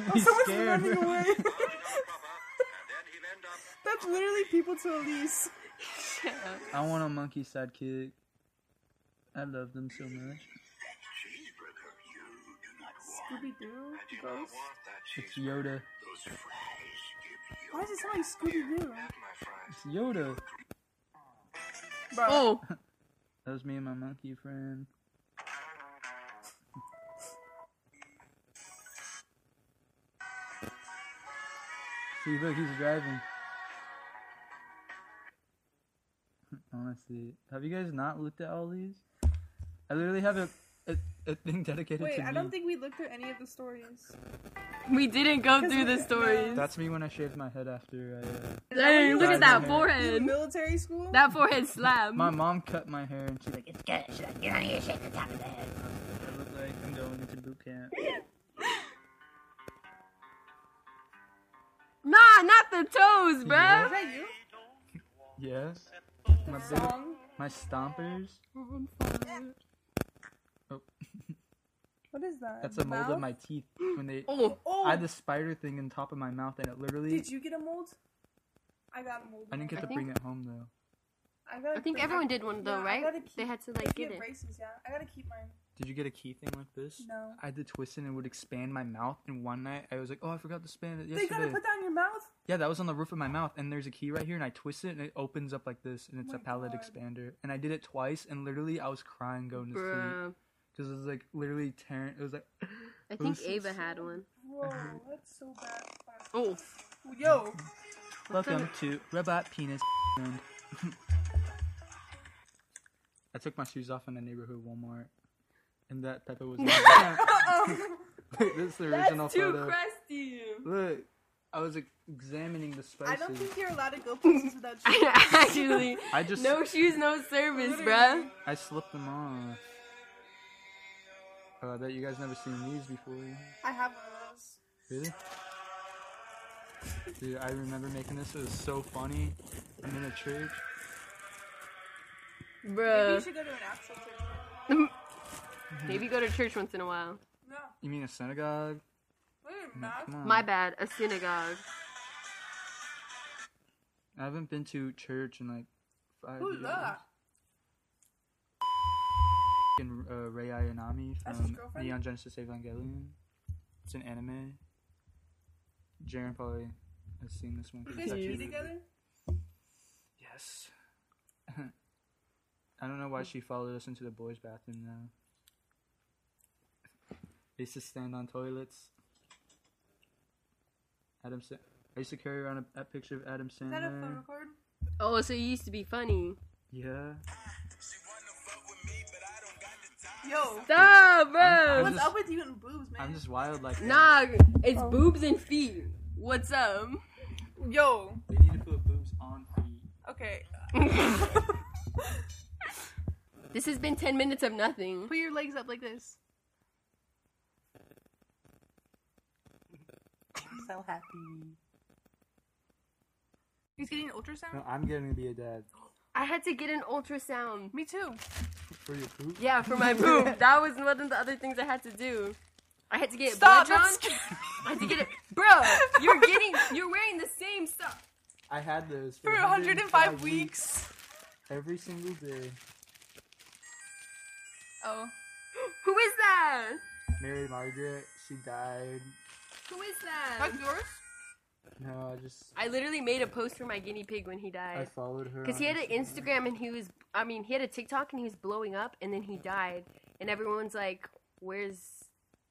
Speaker 2: Oh,
Speaker 3: He's
Speaker 2: someone's
Speaker 3: scared.
Speaker 2: running away.
Speaker 5: proper, and then he'll end up.
Speaker 2: That's literally people to Elise.
Speaker 3: I want a monkey sidekick. I love them so much.
Speaker 5: Cheeseburger, you do not
Speaker 2: Scooby Doo? Ghost?
Speaker 5: that
Speaker 3: It's Yoda.
Speaker 5: Those fries give you
Speaker 2: Why does it sound like Scooby Doo?
Speaker 5: my fries.
Speaker 3: It's Yoda.
Speaker 2: Bro.
Speaker 1: Oh,
Speaker 3: That was me and my monkey friend. See, look, he's driving. Honestly, have you guys not looked at all these? I literally have a a, a thing dedicated
Speaker 2: Wait,
Speaker 3: to
Speaker 2: I
Speaker 3: me.
Speaker 2: don't think we looked at any of the stories.
Speaker 1: we didn't go through the stories.
Speaker 3: That's me when I shaved my head after I. Uh,
Speaker 1: Dang, look at that
Speaker 2: In
Speaker 3: Driving.
Speaker 1: forehead.
Speaker 2: military school?
Speaker 1: That forehead
Speaker 2: Mm-hmm.
Speaker 1: slab.
Speaker 3: my mom cut my hair and she's like,
Speaker 4: It's good. She's like, get out of here, shake the top of the head.
Speaker 3: I look like I'm going into boot camp.
Speaker 1: Nah, not the toes, bruh.
Speaker 2: Is that you?
Speaker 3: Yeah. My, big-
Speaker 2: Song?
Speaker 3: my stompers. Oh,
Speaker 2: What is that?
Speaker 3: that's a mold
Speaker 2: Mouth?
Speaker 3: of my teeth. When they,
Speaker 1: Oh,
Speaker 2: Oh,
Speaker 3: I had the spider thing in top of my mouth, and it literally.
Speaker 2: did you get a mold? I got a mold.
Speaker 3: I didn't get
Speaker 1: I
Speaker 3: to
Speaker 1: think-
Speaker 3: bring it home though.
Speaker 2: I, gotta
Speaker 1: I think
Speaker 2: put-
Speaker 1: everyone did one though,
Speaker 2: Yeah, I
Speaker 1: right?
Speaker 2: gotta keep-
Speaker 1: They had to
Speaker 2: I
Speaker 1: like
Speaker 2: get
Speaker 1: get it.
Speaker 2: braces, yeah. I gotta keep mine.
Speaker 3: Did you get a key thing like this?
Speaker 2: No.
Speaker 3: I had to twist it and it would expand my mouth. And one night I was like, "Oh, I forgot to span it
Speaker 2: They gotta
Speaker 3: yesterday."
Speaker 2: put that in your mouth?
Speaker 3: Yeah, that was on the roof of my mouth. And there's a key right here, and I twist it and it opens up like this, and it's
Speaker 2: Oh my
Speaker 3: a palate
Speaker 2: God.
Speaker 3: expander. And I did it twice, and literally I was crying going to sleep
Speaker 1: Bruh.
Speaker 3: because it was like literally tearing. It was like,
Speaker 1: I think
Speaker 3: Who's-
Speaker 1: Ava had one.
Speaker 2: Whoa,
Speaker 3: Uh-huh.
Speaker 2: that's so bad.
Speaker 1: Oh,
Speaker 2: Yo,
Speaker 3: Welcome to Robot Penis Land. I took my shoes off in the neighborhood Walmart, and that Peppa was. Look, this is the original photo.
Speaker 1: Oh, crusty.
Speaker 3: Look, I was like, examining the
Speaker 2: I
Speaker 3: spices.
Speaker 2: don't think you're allowed to go places without shoes.
Speaker 1: Actually,
Speaker 3: I just,
Speaker 1: no shoes, no service, bruh.
Speaker 3: I slipped them off. Oh, I bet you guys never seen these before.
Speaker 2: I have one of those.
Speaker 3: Really? Dude, I remember making this. It was so funny. I'm in a church.
Speaker 2: Maybe you
Speaker 1: Bruh.
Speaker 2: should go to an actual church.
Speaker 1: Maybe go to church once in a while.
Speaker 2: No,
Speaker 3: You mean a synagogue?
Speaker 2: wait,
Speaker 3: Come
Speaker 2: Max.
Speaker 3: on.
Speaker 1: My bad, a synagogue.
Speaker 3: I haven't been to church in like five
Speaker 2: Who's
Speaker 3: years.
Speaker 2: that?
Speaker 3: Fucking, uh, Rei Ayanami
Speaker 2: That's his
Speaker 3: from
Speaker 2: girlfriend?
Speaker 3: Neon Genesis Evangelion. It's an anime. Jaren probably has seen this one.
Speaker 2: You
Speaker 3: 'cause
Speaker 2: guys
Speaker 3: it's
Speaker 2: pee
Speaker 3: actually-
Speaker 2: together?
Speaker 3: Yes. I don't know why she followed us into the boys' bathroom though. I used to stand on toilets. Adam, Sa- I used to carry around a, a picture of Adam
Speaker 2: Is that a phone
Speaker 3: Sandler.
Speaker 2: record?
Speaker 1: Oh, so you used to be funny.
Speaker 3: Yeah.
Speaker 2: Yo,
Speaker 1: Stop,
Speaker 3: I'm
Speaker 1: bro.
Speaker 2: what's
Speaker 3: just-
Speaker 2: up with you and boobs, man?
Speaker 3: I'm just wild like that.
Speaker 1: Nah, it's boobs and feet. What's up?
Speaker 2: Yo,
Speaker 3: They need to put boobs on feet.
Speaker 2: okay.
Speaker 1: This has been 10 minutes of nothing.
Speaker 2: Put your legs up like this.
Speaker 3: so happy.
Speaker 2: He's getting an ultrasound.
Speaker 3: No, I'm gonna be a dad
Speaker 1: I had to get an ultrasound.
Speaker 2: Me too.
Speaker 3: for your poop.
Speaker 1: Yeah, for my boob. that was one of the other things I had to do. I had to get it
Speaker 2: Stop,
Speaker 1: blood
Speaker 2: that's
Speaker 1: drawn. I had to get it, bro. You're getting, you're wearing the same stuff.
Speaker 3: I had those
Speaker 2: For 105 weeks.
Speaker 3: every single day.
Speaker 2: Oh,
Speaker 1: Who is that?
Speaker 3: Mary Margaret, she died.
Speaker 1: Who is that?
Speaker 2: that's yours.
Speaker 3: No, I just
Speaker 1: I literally made a post for my guinea pig when he
Speaker 3: I
Speaker 1: died.
Speaker 3: followed her
Speaker 1: Because
Speaker 3: on
Speaker 1: he had an Instagram and he was, I mean, he had a TikTok and he was blowing up and then he died. And everyone's like, where's,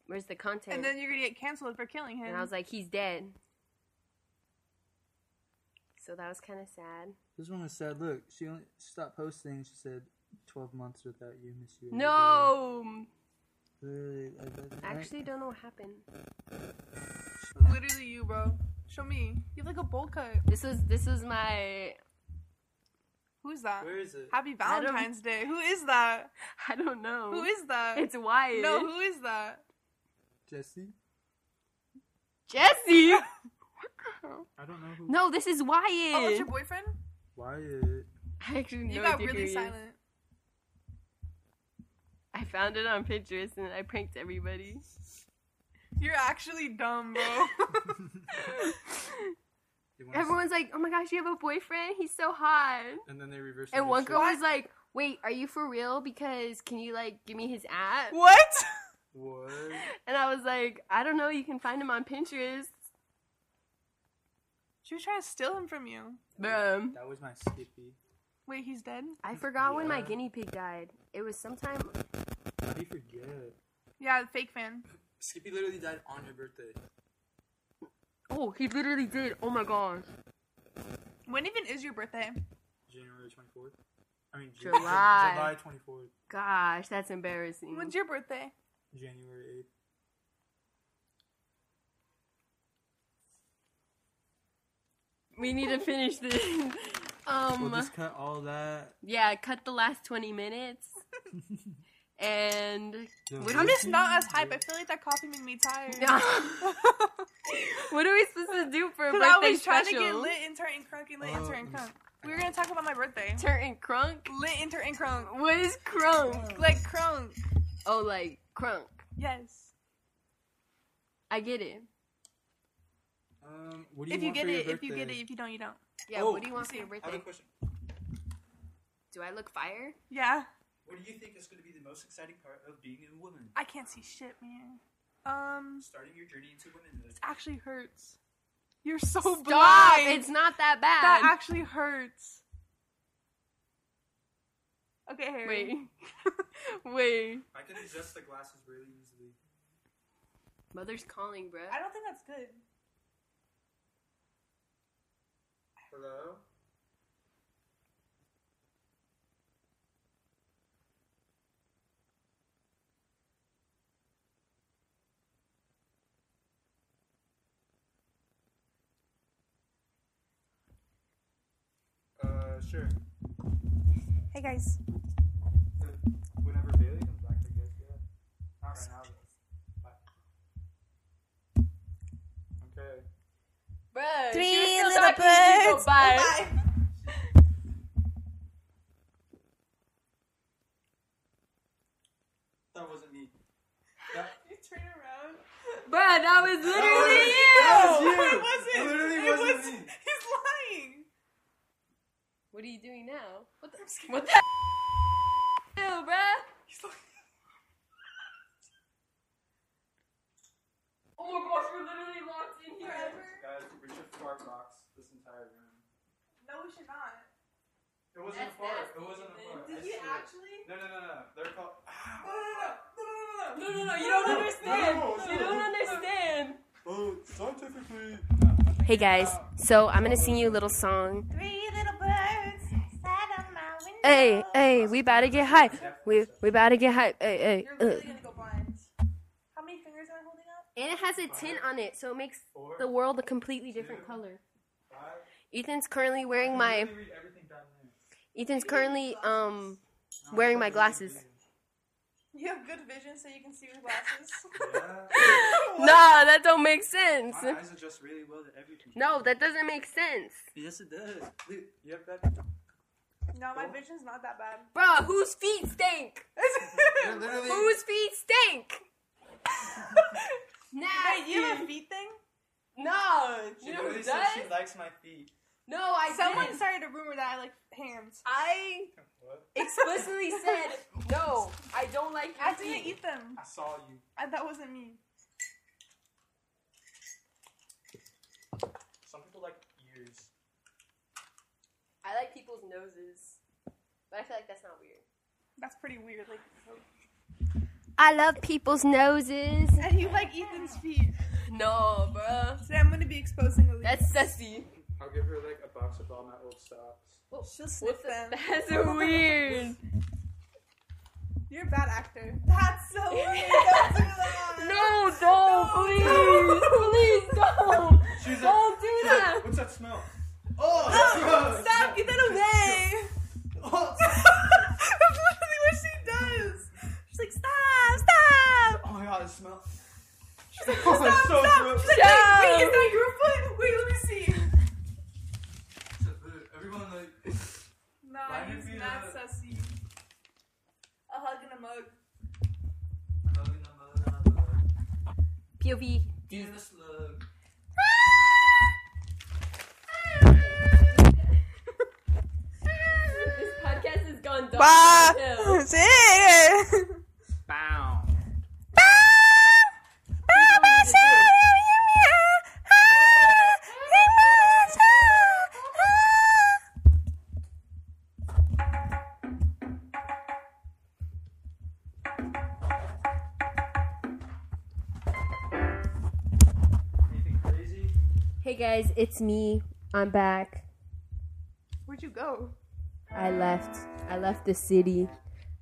Speaker 1: where's the content?
Speaker 2: And then you're gonna get canceled for killing him.
Speaker 1: And I was like, he's dead. So that was kind of sad.
Speaker 3: This one was sad. Look, she only she stopped posting. She said, 12 months without you, miss you." every
Speaker 1: No! um,
Speaker 3: day." Literally, like, that's-
Speaker 1: I actually don't know what happened.
Speaker 2: literally you, bro. Show me. You have like a bowl cut.
Speaker 1: This was this was my
Speaker 2: Who's that?
Speaker 3: Where is it?
Speaker 2: Happy Valentine's Day. Who is that?
Speaker 1: I don't know.
Speaker 2: Who is that?
Speaker 1: it's Wyatt.
Speaker 2: no, who is that?
Speaker 3: Jesse?
Speaker 1: Jesse.
Speaker 3: I don't know who.
Speaker 1: No, this is Wyatt.
Speaker 2: Oh, it's your boyfriend.
Speaker 3: Wyatt.
Speaker 1: I actually know
Speaker 2: You got
Speaker 1: who he
Speaker 2: really
Speaker 1: is.
Speaker 2: silent.
Speaker 1: I found it on Pinterest and I pranked everybody.
Speaker 2: You're actually dumb, bro.
Speaker 3: They wanna-
Speaker 1: Everyone's like, "Oh my gosh, you have a boyfriend? He's so hot."
Speaker 3: And then they reversed.
Speaker 1: And
Speaker 3: the
Speaker 1: one
Speaker 3: shit.
Speaker 1: girl was like, "Wait, are you for real? Because can you like give me his app?"
Speaker 2: what?
Speaker 3: What?
Speaker 1: And I was like, "I don't know. You can find him on Pinterest."
Speaker 2: She was trying to steal him from you.
Speaker 1: Bruh.
Speaker 3: That was my Skippy.
Speaker 2: Wait, he's dead?
Speaker 1: I forgot when my
Speaker 3: Yeah.
Speaker 1: guinea pig died. It was sometime.
Speaker 3: How do you forget?
Speaker 2: Yeah, the fake fan.
Speaker 3: Skippy literally died on her birthday.
Speaker 1: Oh, he literally did. Oh my gosh.
Speaker 2: When even is your birthday?
Speaker 3: January 24th. I mean, Ju-
Speaker 1: July.
Speaker 3: July 24th.
Speaker 1: Gosh, that's embarrassing.
Speaker 2: When's your birthday?
Speaker 3: January 8th.
Speaker 1: we need to finish this.
Speaker 3: We'll
Speaker 1: um,
Speaker 3: just cut all that.
Speaker 1: yeah, cut the last twenty minutes. and What
Speaker 2: I'm just not as hype. I feel like that coffee made me tired.
Speaker 1: what are we supposed to do for a
Speaker 2: Because
Speaker 1: birthday
Speaker 2: I was trying
Speaker 1: special?
Speaker 2: to get lit, inter, and crunk, and lit, inter, and crunk. We were going to talk about my birthday.
Speaker 1: Turn and crunk.
Speaker 2: Lit, inter, and crunk.
Speaker 1: What is crunk?
Speaker 2: Like, crunk.
Speaker 1: Oh, like crunk.
Speaker 2: Yes.
Speaker 1: I get it.
Speaker 3: Um, what do you
Speaker 2: If you
Speaker 3: want
Speaker 2: get
Speaker 3: for your
Speaker 2: it, if you get
Speaker 3: birthday?
Speaker 2: it, if you don't, you don't.
Speaker 1: Yeah.
Speaker 3: Oh,
Speaker 1: what do you want for
Speaker 2: see,
Speaker 1: your
Speaker 2: I
Speaker 3: I have a
Speaker 1: birthday?
Speaker 3: question.
Speaker 1: Do I look fire?
Speaker 2: Yeah.
Speaker 3: What do you think is going to be the most exciting part of being a woman?
Speaker 2: I can't see shit, man. Um,
Speaker 3: Starting your journey into womanhood.
Speaker 2: it actually hurts. You're so
Speaker 1: Stop!
Speaker 2: Oh, blind.
Speaker 1: It's not that bad.
Speaker 2: That actually hurts. Okay, Harry.
Speaker 1: Wait. Wait.
Speaker 3: I can adjust the glasses really easily.
Speaker 1: Mother's calling, bruh.
Speaker 2: I don't think that's good.
Speaker 3: Hello? Uh, sure.
Speaker 2: Hey guys.
Speaker 3: Whenever Bailey comes back, I guess, yeah. Not right now, though. Bye. Okay.
Speaker 1: Bruh.
Speaker 2: Three
Speaker 1: she was still
Speaker 2: little
Speaker 1: talking to you,
Speaker 2: birds.
Speaker 1: Bye.
Speaker 2: Bye.
Speaker 1: That was literally
Speaker 3: That
Speaker 1: you.
Speaker 3: was you.
Speaker 2: It wasn't.
Speaker 3: It literally
Speaker 2: it
Speaker 3: wasn't
Speaker 2: wasn't.
Speaker 3: me.
Speaker 2: He's lying.
Speaker 1: What are you doing now? What the? What the? Ew, bruh.
Speaker 2: He's lying.
Speaker 1: Oh my gosh, we're literally locked in
Speaker 2: Forever.
Speaker 3: Guys, we should fart box this entire room.
Speaker 2: No, we should not.
Speaker 3: It wasn't
Speaker 1: That's
Speaker 3: a fart.
Speaker 1: nasty,
Speaker 3: It wasn't a
Speaker 1: dude.
Speaker 3: fart.
Speaker 2: Did
Speaker 3: I
Speaker 2: he
Speaker 3: swear.
Speaker 2: actually?
Speaker 3: No, no, no, no. They're called. Ah!
Speaker 2: No,
Speaker 1: No,
Speaker 2: no, no, no, no, no, no, no.
Speaker 1: no, no, you don't understand.
Speaker 3: No, no.
Speaker 1: You don't understand.
Speaker 3: Oh, scientifically.
Speaker 1: Hey guys, so I'm gonna sing you a little song.
Speaker 4: Three little birds sat on my window.
Speaker 1: Hey, hey, we about to get hype. We we about to get hype. Hey,
Speaker 2: You're
Speaker 1: hey.
Speaker 2: really gonna go blind. How many fingers am I holding up?
Speaker 1: And it has a tint on it, so it makes
Speaker 3: Four.
Speaker 1: the world a completely different color.
Speaker 3: Five.
Speaker 1: Ethan's currently wearing
Speaker 3: I
Speaker 1: my
Speaker 3: can literally read everything down there.
Speaker 1: Ethan's currently um
Speaker 3: No,
Speaker 1: Wearing
Speaker 3: I'm
Speaker 1: my
Speaker 3: literally
Speaker 1: glasses.
Speaker 2: You have good vision, so you can see with glasses.
Speaker 3: reading.
Speaker 1: Nah, that don't make sense.
Speaker 3: Yeah. My eyes adjust really well to everything.
Speaker 1: No, that doesn't make sense.
Speaker 3: Yes, it does. Look, you have that.
Speaker 2: no, my vision's not that bad.
Speaker 1: Bruh, whose feet stink?
Speaker 3: You're literally.
Speaker 1: Whose feet stink?
Speaker 2: Wait, you have a
Speaker 1: Nasty.
Speaker 2: feet thing?
Speaker 1: No,
Speaker 3: She
Speaker 1: you know
Speaker 3: literally
Speaker 1: who
Speaker 3: said
Speaker 1: does?
Speaker 3: she likes my feet.
Speaker 1: No, I
Speaker 2: Someone
Speaker 1: didn't.
Speaker 2: started a rumor that I like hands.
Speaker 1: I
Speaker 3: What?
Speaker 1: explicitly said no. I don't like your
Speaker 2: I didn't
Speaker 1: feet.
Speaker 2: eat them.
Speaker 3: I saw you.
Speaker 2: I, that wasn't me.
Speaker 3: Some people like ears.
Speaker 1: I like people's noses, but I feel like that's not weird.
Speaker 2: That's pretty weird. Like,
Speaker 1: I love people's noses.
Speaker 2: and you like Ethan's feet.
Speaker 1: No, bruh.
Speaker 2: Today I'm gonna be exposing Elise.
Speaker 1: That's sexy.
Speaker 3: I'll give her like a box of all my old socks.
Speaker 2: She'll sniff them.
Speaker 1: That's weird.
Speaker 2: You're a bad actor. That's so weird. Don't do that.
Speaker 1: No, don't, please, please don't,
Speaker 3: She's like,
Speaker 1: don't do that.
Speaker 3: What's that smell? Oh,
Speaker 2: No, stop! Get that away.
Speaker 3: Oh,
Speaker 2: That's literally what she does. She's like, stop, stop.
Speaker 3: oh my god, it smells.
Speaker 2: She's like,
Speaker 3: Oh,
Speaker 2: stop,
Speaker 3: it's so
Speaker 2: stop.
Speaker 3: gross.
Speaker 2: She's like, wait, wait, is that your foot? Wait, let me see.
Speaker 3: Everyone like.
Speaker 2: No,
Speaker 3: Why
Speaker 2: he's
Speaker 3: did we,
Speaker 2: not
Speaker 3: uh,
Speaker 2: sussy. A hug and a mug.
Speaker 1: POV. This podcast has gone dark. Ew.
Speaker 3: Bow. Anything crazy?
Speaker 1: Hey guys, it's me. I'm back.
Speaker 2: Where'd you go?
Speaker 1: I left. I left the city.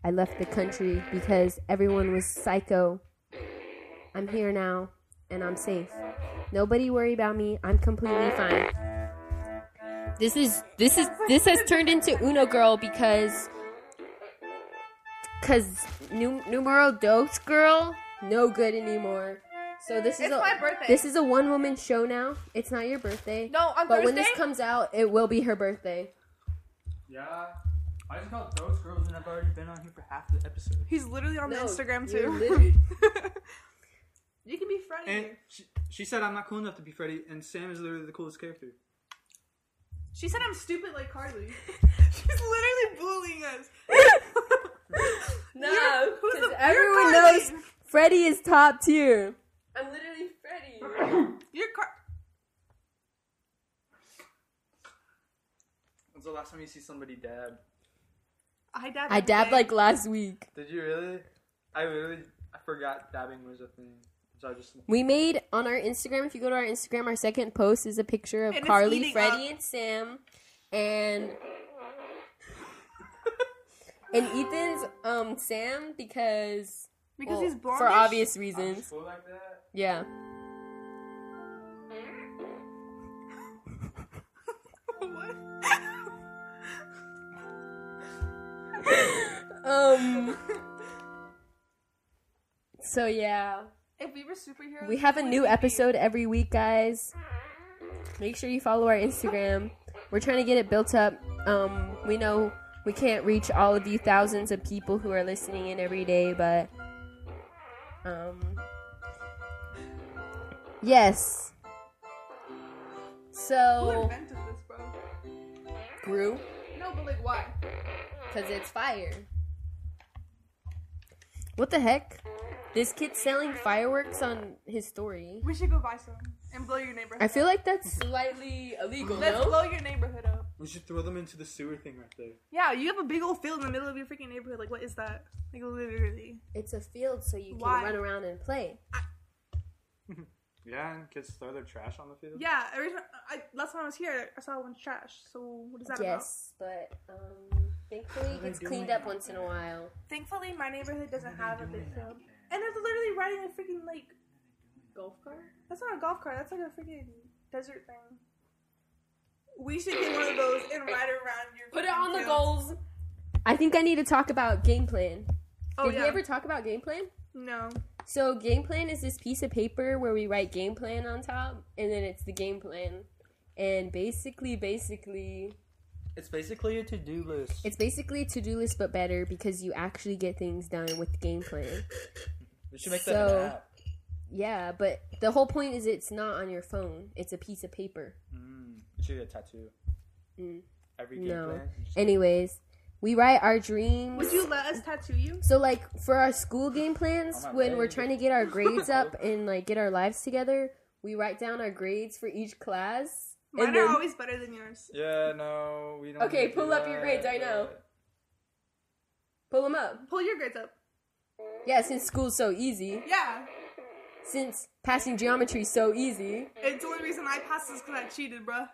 Speaker 1: I left the country because everyone was psycho. I'm here now and I'm safe. Nobody worry about me. I'm completely fine. This is this is this has turned into Uno girl because cuz nu- numero dos girl no good anymore. So this is
Speaker 2: It's
Speaker 1: a
Speaker 2: my birthday.
Speaker 1: this is a one woman show now. It's not your birthday.
Speaker 2: No, on
Speaker 1: but when this
Speaker 2: Thursday?
Speaker 1: comes out, it will be her birthday.
Speaker 3: Yeah. I just called those girls and I've already been on here for half the episode.
Speaker 2: He's literally on
Speaker 1: No,
Speaker 2: the Instagram
Speaker 1: you're
Speaker 2: too.
Speaker 1: literally-
Speaker 2: you can be friendly.
Speaker 3: And she, she said I'm not cool enough to be Freddy, and Sam is literally the coolest character.
Speaker 2: She said I'm stupid like Carly. She's literally bullying us.
Speaker 1: No,
Speaker 2: You're- who's the-
Speaker 1: because
Speaker 2: you're
Speaker 1: everyone
Speaker 2: Carly.
Speaker 1: knows Freddy is top tier. I'm literally Freddy.
Speaker 2: You're Car-
Speaker 3: When's the last time you see somebody dab?
Speaker 2: I dabbed.
Speaker 1: I
Speaker 2: every
Speaker 1: dabbed
Speaker 2: day.
Speaker 1: like last week.
Speaker 3: Did you really? I really I forgot dabbing was a thing. So I just
Speaker 1: We made on our Instagram. If you go to our Instagram, our second post is a picture of
Speaker 2: And it's
Speaker 1: Carly,
Speaker 2: eating
Speaker 1: Freddy,
Speaker 2: up.
Speaker 1: and Sam, and and Ethan's um Sam because
Speaker 2: because
Speaker 1: well,
Speaker 2: he's blondish.
Speaker 1: for obvious
Speaker 3: I'm
Speaker 1: reasons.
Speaker 3: just cool like that.
Speaker 1: Yeah.
Speaker 2: What?
Speaker 1: Um. So yeah.
Speaker 2: if we were superheroes,
Speaker 1: We have a
Speaker 2: who would
Speaker 1: new
Speaker 2: we be?
Speaker 1: episode every week, guys. Make sure you follow our Instagram. We're trying to get it built up. Um, we know we can't reach all of you thousands of people who are listening in every day, but um, Yes.
Speaker 2: Who
Speaker 1: So
Speaker 2: invented this, bro?
Speaker 1: grew
Speaker 2: No, but like why?
Speaker 1: because it's fire. What the heck? This kid's selling fireworks on his story.
Speaker 2: We should go buy some and blow your neighborhood.
Speaker 1: I feel like that's slightly illegal.
Speaker 2: Let's
Speaker 1: No?
Speaker 2: blow your neighborhood up.
Speaker 3: We should throw them into the sewer thing right there.
Speaker 2: Yeah, you have a big old field in the middle of your freaking neighborhood. Like, what is that? Like, literally.
Speaker 1: It's a field, so you can
Speaker 2: Why?
Speaker 1: run around and play.
Speaker 3: Yeah, and kids throw their trash on the field.
Speaker 2: Yeah, every time, I, last time I was here, I saw one's trash. So what is that
Speaker 1: Yes, but um, thankfully it gets cleaned up once in a while.
Speaker 2: about? Thankfully, my neighborhood doesn't have a big field, and they're literally riding a freaking like.
Speaker 1: Golf cart?
Speaker 2: That's not a golf cart. That's like a freaking desert thing. We should get one of those and ride around your.
Speaker 1: Put it
Speaker 2: freaking
Speaker 1: on the
Speaker 2: field.
Speaker 1: goals. I think I need to talk about game plan.
Speaker 2: Oh
Speaker 1: Did
Speaker 2: yeah.
Speaker 1: we ever talk about game plan?
Speaker 2: No.
Speaker 1: So game plan is this piece of paper where we write game plan on top, and then it's the game plan. And basically, basically,
Speaker 3: It's basically a to-do list.
Speaker 1: it's basically a to-do list but better because you actually get things done with the game plan.
Speaker 6: We should make that
Speaker 1: So-
Speaker 6: an app.
Speaker 1: Yeah, but the whole point is it's not on your phone. It's a piece of paper.
Speaker 6: Mm, we should get a tattoo.
Speaker 1: Mm.
Speaker 6: Every game
Speaker 1: No.
Speaker 6: plan.
Speaker 1: Anyways, we write our dreams.
Speaker 2: Would you let us tattoo you?
Speaker 1: So like for our school game plans,
Speaker 6: I'm not
Speaker 1: when
Speaker 6: ready
Speaker 1: we're
Speaker 6: to-
Speaker 1: trying to get our grades up and like get our lives together, we write down our grades for each class.
Speaker 2: Mine
Speaker 1: and
Speaker 2: are
Speaker 1: then-
Speaker 2: always better than yours.
Speaker 6: Yeah, no, we don't.
Speaker 1: Okay,
Speaker 6: need to do
Speaker 1: pull up your
Speaker 6: that,
Speaker 1: grades right now.
Speaker 6: but-
Speaker 1: pull them up.
Speaker 2: Pull your grades up.
Speaker 1: Yeah, since school's so easy,
Speaker 2: Yeah.
Speaker 1: since passing geometry's so easy.
Speaker 2: It's the only reason I passed is because I cheated, bruh.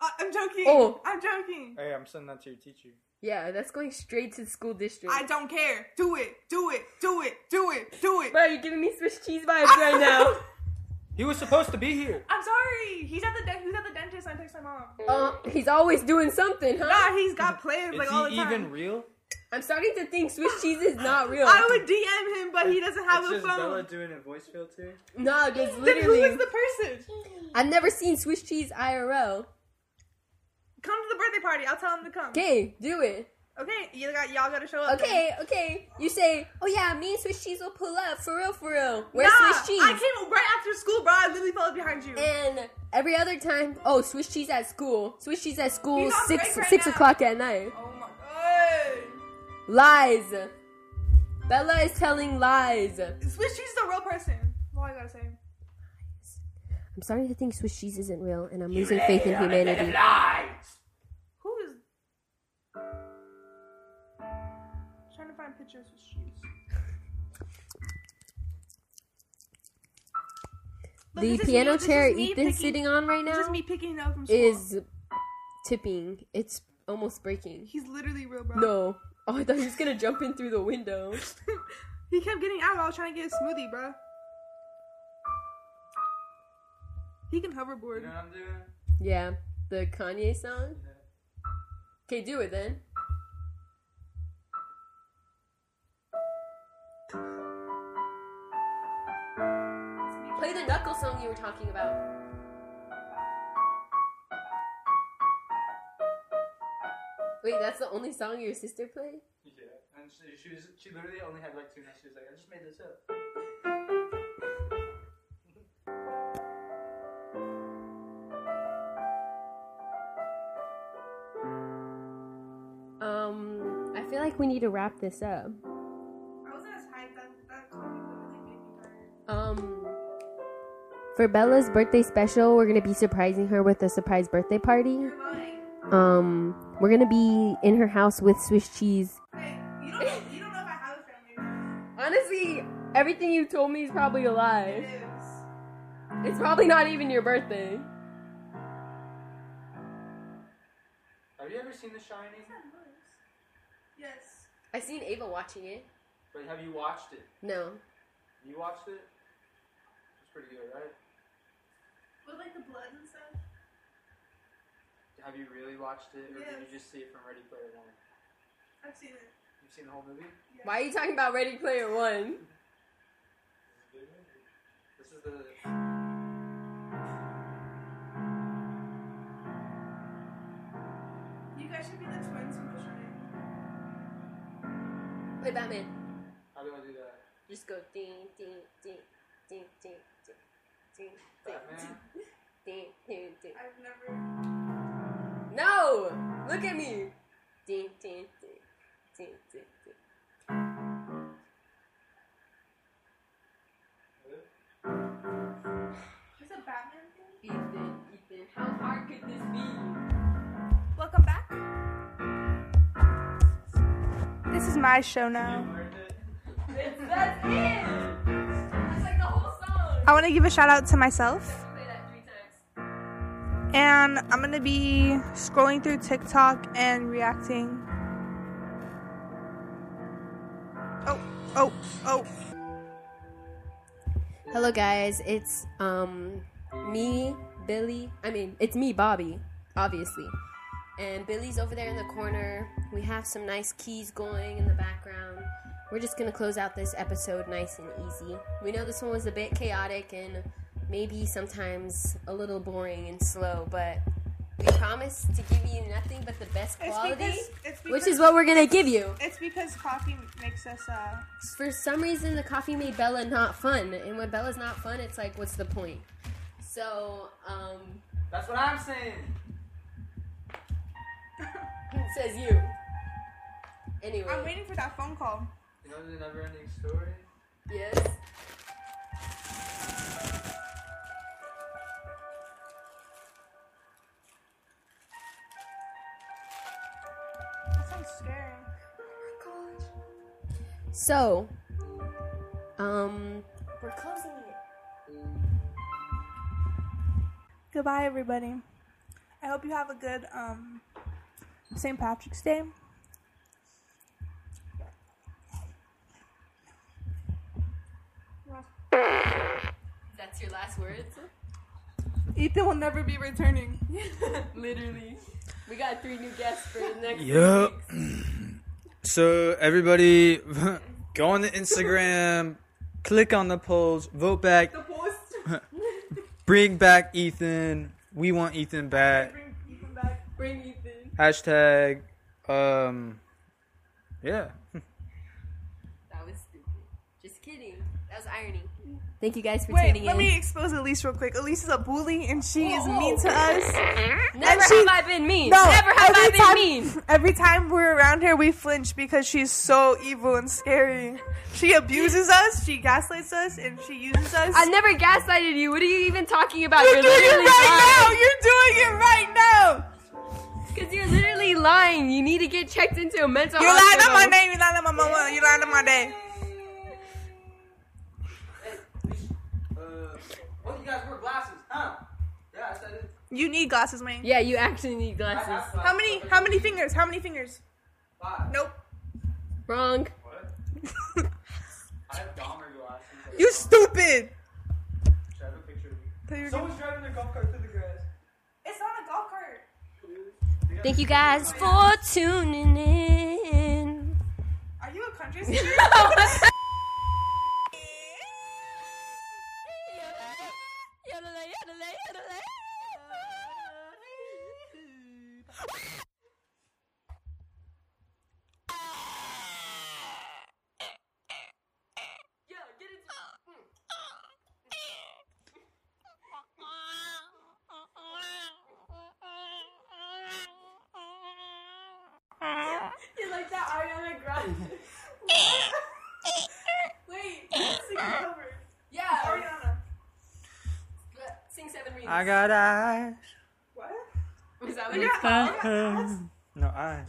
Speaker 2: I, I'm joking.
Speaker 1: Oh.
Speaker 2: I'm joking.
Speaker 6: Hey, I'm sending that to your teacher.
Speaker 1: Yeah, that's going straight to the school district.
Speaker 2: I don't care. Do it. Do it. Do it. Do it. Do it.
Speaker 1: Bro, you're giving me Swiss cheese vibes right now.
Speaker 6: He was supposed to be here.
Speaker 2: I'm sorry. He's at the de- he's at the dentist. I text my mom.
Speaker 1: Uh, he's always doing something, huh?
Speaker 2: Nah, he's got plans
Speaker 6: Is
Speaker 2: like
Speaker 6: he
Speaker 2: all the time.
Speaker 6: even real?
Speaker 1: I'm starting to think Swiss cheese is not real.
Speaker 2: I would DM him, but he doesn't have
Speaker 3: it's
Speaker 2: a
Speaker 3: just
Speaker 2: phone.
Speaker 3: Bella doing a voice fill too.
Speaker 1: No, just
Speaker 2: Then who
Speaker 1: literally.
Speaker 2: is the person?
Speaker 1: I've never seen Swiss cheese IRL.
Speaker 2: Come to the birthday party. I'll tell him to come.
Speaker 1: Okay, do it.
Speaker 2: Okay, you got y'all got to show up.
Speaker 1: Okay, okay. You say, oh yeah, me and Swiss cheese will pull up for real, for real. Where's
Speaker 2: nah,
Speaker 1: Swiss cheese?
Speaker 2: I came right after school, bro. I literally followed behind you.
Speaker 1: And every other time, oh, Swiss cheese at school. Swiss cheese at school,
Speaker 2: He's on
Speaker 1: six
Speaker 2: break right
Speaker 1: six
Speaker 2: now.
Speaker 1: o'clock at night.
Speaker 2: oh my god.
Speaker 1: Lies. Bella is telling lies. I'm
Speaker 2: Swiss cheese is a real person. That's all I gotta say.
Speaker 1: starting to think Swiss cheese isn't real, and I'm losing faith in humanity.
Speaker 2: Who is? trying to find pictures of cheese. But
Speaker 1: The
Speaker 2: this is
Speaker 1: piano
Speaker 2: me- this
Speaker 1: chair
Speaker 2: is me
Speaker 1: Ethan's
Speaker 2: picking-
Speaker 1: sitting on right
Speaker 2: This is
Speaker 1: now
Speaker 2: me picking it up from school.
Speaker 1: is tipping. It's almost breaking.
Speaker 2: He's literally real, bro.
Speaker 1: No. Oh, I thought he was gonna jump in through the window.
Speaker 2: he kept getting out while I was trying to get a smoothie, bro. He can hoverboard.
Speaker 6: You know what I'm doing?
Speaker 1: Yeah, the Kanye song. Okay, do it then. Play the knuckle song you were talking about. Wait, that's the only song your sister played?
Speaker 3: Yeah, and she, she was she literally only had like two notes. She was like, I just made this up.
Speaker 1: Um, I feel like we need to wrap this up.
Speaker 2: I wasn't as hyped. That, that coffee literally made me tired.
Speaker 1: Um, for Bella's birthday special, we're gonna be surprising her with a surprise birthday party.
Speaker 2: You're lying.
Speaker 1: Um, we're gonna be in her house with Swiss cheese.
Speaker 2: Hey, you don't know, you don't know if I have a family. or not.
Speaker 1: Honestly, everything you told me is probably a
Speaker 2: It
Speaker 1: lie.
Speaker 2: is.
Speaker 1: It's probably not even your birthday.
Speaker 3: Have you ever seen The Shining?
Speaker 2: Yes.
Speaker 1: I seen Ava watching it.
Speaker 3: But have you watched it?
Speaker 1: No.
Speaker 3: You watched it? It's pretty good, right?
Speaker 2: With like the blood and stuff.
Speaker 3: Have you really watched it, or did
Speaker 2: Yes.
Speaker 3: you just see it from Ready Player One?
Speaker 2: I've seen it.
Speaker 3: You've seen the whole movie.
Speaker 1: Why are you talking about Ready Player One?
Speaker 3: This is the.
Speaker 2: You guys should be the twins from The Shining.
Speaker 1: Play Batman.
Speaker 3: How do I do that?
Speaker 1: Just go ding ding ding ding ding ding
Speaker 6: Batman.
Speaker 2: I've never.
Speaker 1: No! Look at me!
Speaker 2: Is it Batman thing?
Speaker 1: Ethan, Ethan, how hard could this be?
Speaker 2: Welcome back. This is my show now.
Speaker 1: It's, that's it! That's like the whole song!
Speaker 2: I want to give a shout out to myself.
Speaker 1: Play that three times.
Speaker 2: And I'm going to be scrolling through TikTok and reacting. Oh, oh, oh.
Speaker 1: Hello, guys. It's um me, Billy. I mean, it's me, Bobby, obviously. And Billy's over there in the corner. We have some nice keys going in the background. We're just gonna close out this episode nice and easy. We know this one was a bit chaotic and maybe sometimes a little boring and slow, but we promise to give you nothing but the best quality,
Speaker 2: it's
Speaker 1: which is what we're gonna give you.
Speaker 2: It's because coffee makes us, uh,
Speaker 1: For some reason, the coffee made Bella not fun, and when Bella's not fun, it's like, what's the point? So, um,
Speaker 6: That's what I'm saying.
Speaker 1: it says you. Anyway,
Speaker 2: I'm waiting for that phone call.
Speaker 6: You know the never ending story?
Speaker 1: yes.
Speaker 2: That sounds scary.
Speaker 1: Oh So, um, we're closing it.
Speaker 2: Goodbye, everybody. I hope you have a good, um, St. Patrick's Day.
Speaker 1: That's your last words?
Speaker 2: Ethan will never be returning.
Speaker 1: Literally. We got three new guests for the next
Speaker 3: Yup.
Speaker 1: week.
Speaker 3: So everybody, go on the Instagram, click on the polls, vote back, bring back Ethan. We want Ethan back.
Speaker 1: Bring Ethan.
Speaker 3: Hashtag, um, yeah.
Speaker 1: That was stupid. Just kidding. That was irony. Thank you guys for
Speaker 2: Wait,
Speaker 1: tuning
Speaker 2: let
Speaker 1: in.
Speaker 2: me expose Elise real quick. Elise is a bully and she is
Speaker 1: Oh.
Speaker 2: mean to us.
Speaker 1: Never
Speaker 2: she-
Speaker 1: have I been mean.
Speaker 2: No,
Speaker 1: Never have I
Speaker 2: every
Speaker 1: been
Speaker 2: time-
Speaker 1: mean.
Speaker 2: Every time we're around her, we flinch because she's so evil and scary. She abuses us, she gaslights us, and she uses us.
Speaker 1: I never gaslighted you. What are you even talking about?
Speaker 2: You're doing it right now! You're doing it right now!
Speaker 1: Because you're literally lying. You need to get checked into a mental
Speaker 2: You lied on
Speaker 1: hospital.
Speaker 2: my name, you lied on my mama, you lied on my day.
Speaker 6: Uh, well, you guys wear glasses, huh? Yeah, I said it.
Speaker 2: You need glasses, man.
Speaker 1: Yeah, you actually need
Speaker 6: I have
Speaker 1: glasses.
Speaker 2: How many how many fingers? How many fingers?
Speaker 6: Five.
Speaker 2: Nope.
Speaker 1: Wrong.
Speaker 6: What? I have Dahmer glasses.
Speaker 2: you stupid!
Speaker 6: I have a picture of you.
Speaker 2: Thought you were
Speaker 6: Someone's driving their golf cart through the grass.
Speaker 2: gonna- It's not a golf cart.
Speaker 1: Thank you guys for tuning in.
Speaker 2: Are you a country singer?
Speaker 1: You like that Ariana Grande?
Speaker 2: Wait, let's sing it over.
Speaker 1: Yeah.
Speaker 2: Ariana.
Speaker 1: Sing seven rings.
Speaker 3: I got eyes.
Speaker 2: What?
Speaker 1: Is that what it's called?
Speaker 3: No eyes.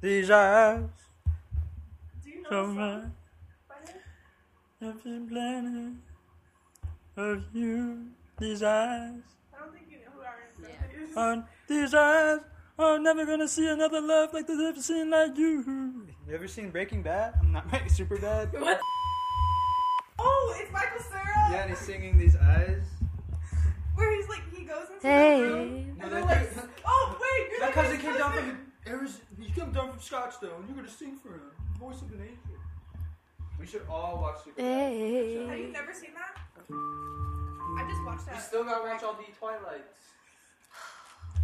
Speaker 3: These eyes.
Speaker 2: Do you know
Speaker 3: So
Speaker 2: the song?
Speaker 3: much of the planet of you. These eyes.
Speaker 2: I don't think you know who Ariana Grande is.
Speaker 3: On these eyes. I'm never gonna see another love like this I've seen like you. You ever seen Breaking Bad? I'm not right, super bad.
Speaker 1: What?
Speaker 2: Oh, it's Michael Cera.
Speaker 6: Yeah, and he's singing these eyes.
Speaker 2: Where he's like, he goes into the room.
Speaker 1: Hey.
Speaker 6: No,
Speaker 2: And they're like, oh wait, you're
Speaker 6: that
Speaker 2: like
Speaker 6: cousin
Speaker 2: his
Speaker 6: came down
Speaker 2: cousin."
Speaker 6: from Arizona. He came down from Scottsdale, and you're gonna sing for him. Voice of an angel. We should all watch Super.
Speaker 2: Have you never seen that? I just watched
Speaker 6: You
Speaker 2: that.
Speaker 6: still gotta watch all the Twilights.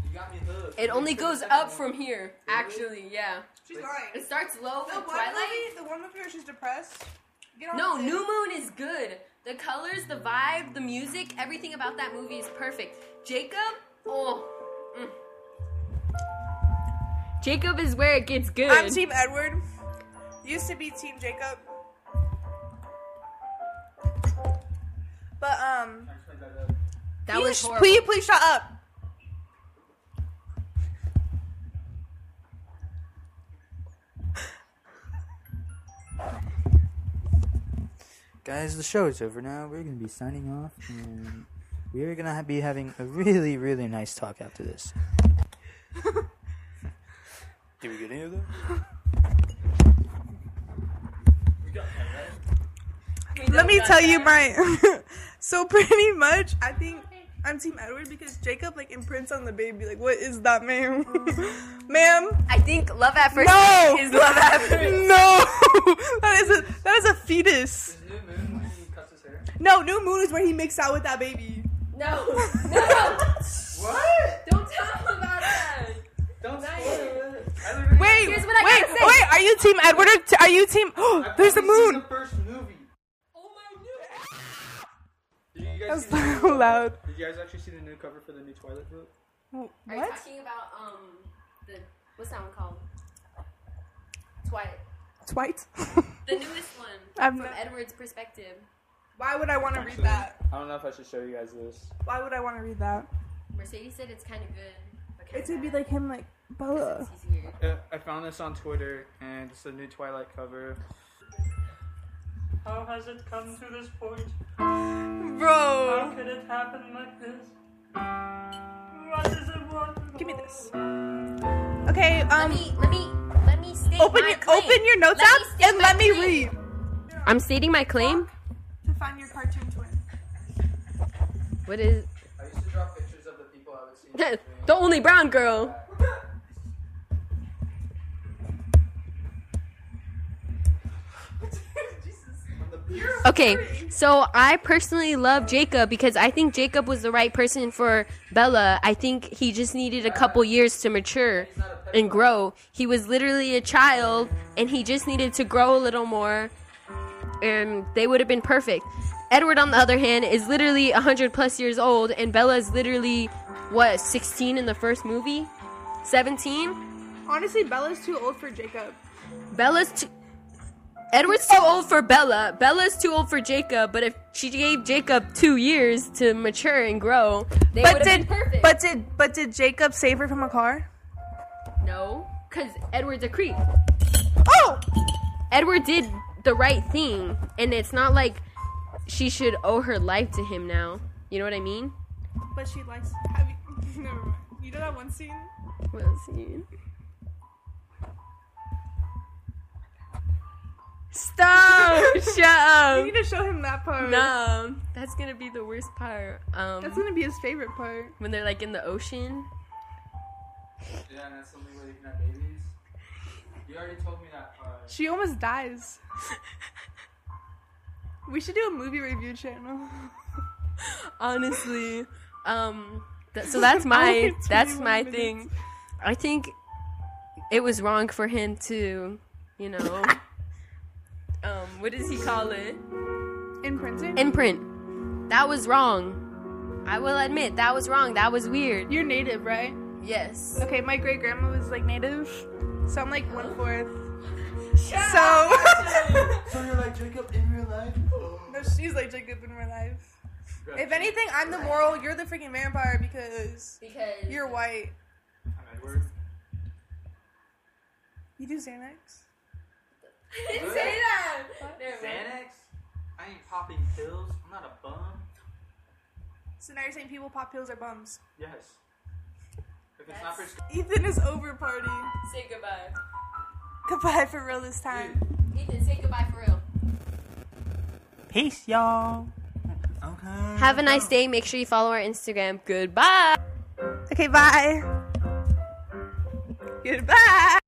Speaker 6: You got me hooked.
Speaker 1: It only goes up from here, actually, yeah.
Speaker 2: She's lying.
Speaker 1: It starts low
Speaker 2: The
Speaker 1: with
Speaker 2: one
Speaker 1: Twilight.
Speaker 2: movie, the one movie where she's depressed. Get on
Speaker 1: No,
Speaker 2: with it.
Speaker 1: New Moon is good. The colors, the vibe, the music, everything about that movie is perfect. Jacob, oh. mm. Jacob is where it gets good.
Speaker 2: I'm Team Edward. Used to be Team Jacob. But um,
Speaker 1: that
Speaker 2: will
Speaker 1: was
Speaker 2: you,
Speaker 1: horrible.
Speaker 2: will you please shut up?
Speaker 4: Guys, the show is over now. We're going to be signing off, and we're going to ha- be having a really, really nice talk after this. Did we get any of those?
Speaker 2: Let me tell you my. so pretty much, I think I'm Team Edward because Jacob like imprints on the baby. Like, what is that, ma'am? ma'am,
Speaker 1: I think love at first
Speaker 2: No!
Speaker 1: sight is love at first.
Speaker 2: no. that is a that is a fetus.
Speaker 3: New Moon when he cuts his hair?
Speaker 2: No, New Moon is where he makes out with that baby.
Speaker 1: No, no,
Speaker 3: What?
Speaker 1: don't tell him about that.
Speaker 3: Don't
Speaker 1: Nice.
Speaker 3: spoil it. I literally-
Speaker 2: Wait,
Speaker 1: Here's what I
Speaker 2: wait,
Speaker 1: gotta say.
Speaker 2: wait. Are you Team Edward or t- are you Team? Oh,
Speaker 3: I've
Speaker 2: there's the
Speaker 3: only seen
Speaker 2: moon.
Speaker 3: The first movie.
Speaker 1: Oh my god.
Speaker 3: Did you guys
Speaker 2: That's
Speaker 3: see the
Speaker 2: so
Speaker 3: new-
Speaker 2: loud.
Speaker 3: Did you guys actually see the new cover for the new Twilight book?
Speaker 1: Are you
Speaker 2: What?
Speaker 1: talking about um the what's that one called? Twilight.
Speaker 2: Twite.
Speaker 1: The newest one
Speaker 2: I've
Speaker 1: from
Speaker 2: ne-
Speaker 1: Edward's perspective.
Speaker 2: Why would I want to read that?
Speaker 3: I don't know if I should show you guys this.
Speaker 2: Why would I want to read that?
Speaker 1: Mercedes said it's kind of good. but kinda
Speaker 2: It would be
Speaker 1: bad.
Speaker 2: like him, like Bella.
Speaker 1: He's weird.
Speaker 7: Uh, I found this on Twitter, and it's the new Twilight cover.
Speaker 8: How has it come to this point? How
Speaker 2: Bro,
Speaker 8: could it happen like this? What does it want?
Speaker 2: give me this. Okay,
Speaker 1: let
Speaker 2: um,
Speaker 1: me let me let me state
Speaker 2: open
Speaker 1: my
Speaker 2: your
Speaker 1: claim.
Speaker 2: open your notes
Speaker 1: Let me
Speaker 2: app
Speaker 1: state
Speaker 2: and
Speaker 1: my
Speaker 2: let me
Speaker 1: claim.
Speaker 2: read.
Speaker 1: I'm stating my claim.
Speaker 2: To find your cartoon twin.
Speaker 1: What is
Speaker 3: I used to draw pictures of the people I would see.
Speaker 1: the only brown girl? Okay, so I personally love Jacob because I think Jacob was the right person for Bella. I think he just needed a couple years to mature and grow. He was literally a child and he just needed to grow a little more and they would have been perfect. Edward, on the other hand, is literally 100 plus years old and Bella is literally, what, 16 in the first movie? 17?
Speaker 2: Honestly, Bella's too old for Jacob.
Speaker 1: Bella's too. Edward's too old for Bella. Bella's too old for Jacob. But if she gave Jacob two years to mature and grow, they
Speaker 2: But
Speaker 1: would've
Speaker 2: did
Speaker 1: been perfect.
Speaker 2: but did but did Jacob save her from a car?
Speaker 1: no, because Edward's a creep.
Speaker 2: Oh,
Speaker 1: Edward did the right thing, and it's not like she should owe her life to him now. You know what I mean?
Speaker 2: but she likes. Have you, never mind. You know that one scene.
Speaker 1: What else do you mean? Stop! Shut
Speaker 2: You
Speaker 1: up!
Speaker 2: need to show him that part.
Speaker 1: No, that's gonna be the worst part. Um,
Speaker 2: That's gonna be his favorite part.
Speaker 1: when they're like in the ocean.
Speaker 3: Yeah, and that's the only way you can have babies. You already told me that part.
Speaker 2: She almost dies. We should do a movie review channel.
Speaker 1: Honestly, um, that, so that's my
Speaker 2: Only
Speaker 1: that's
Speaker 2: 21
Speaker 1: my
Speaker 2: minutes.
Speaker 1: thing. I think it was wrong for him to, you know, um, what does he call it?
Speaker 2: In printing?
Speaker 1: Imprint. That was wrong. I will admit that was wrong. That was weird.
Speaker 2: You're native, right?
Speaker 1: Yes.
Speaker 2: Okay, my great grandma was like native, so I'm like one fourth. so
Speaker 3: So you're like Jacob in real life?
Speaker 2: no, she's like Jacob in real life.
Speaker 3: Oh.
Speaker 2: If anything, I'm the moral. You're the freaking vampire because
Speaker 1: Because
Speaker 2: you're white.
Speaker 3: I'm Edward.
Speaker 2: You do Xanax?
Speaker 1: didn't say that.
Speaker 3: Xanax? I ain't popping pills. I'm not a bum.
Speaker 2: So now you're saying people pop pills are bums.
Speaker 3: Yes. If it's not prescribed.
Speaker 2: Ethan is over party.
Speaker 1: Say goodbye.
Speaker 2: Goodbye for real this time.
Speaker 1: Ethan, say goodbye for real.
Speaker 4: Peace, y'all. Okay.
Speaker 1: Have a nice day. Make sure you follow our Instagram. Goodbye.
Speaker 2: Okay, bye. Goodbye.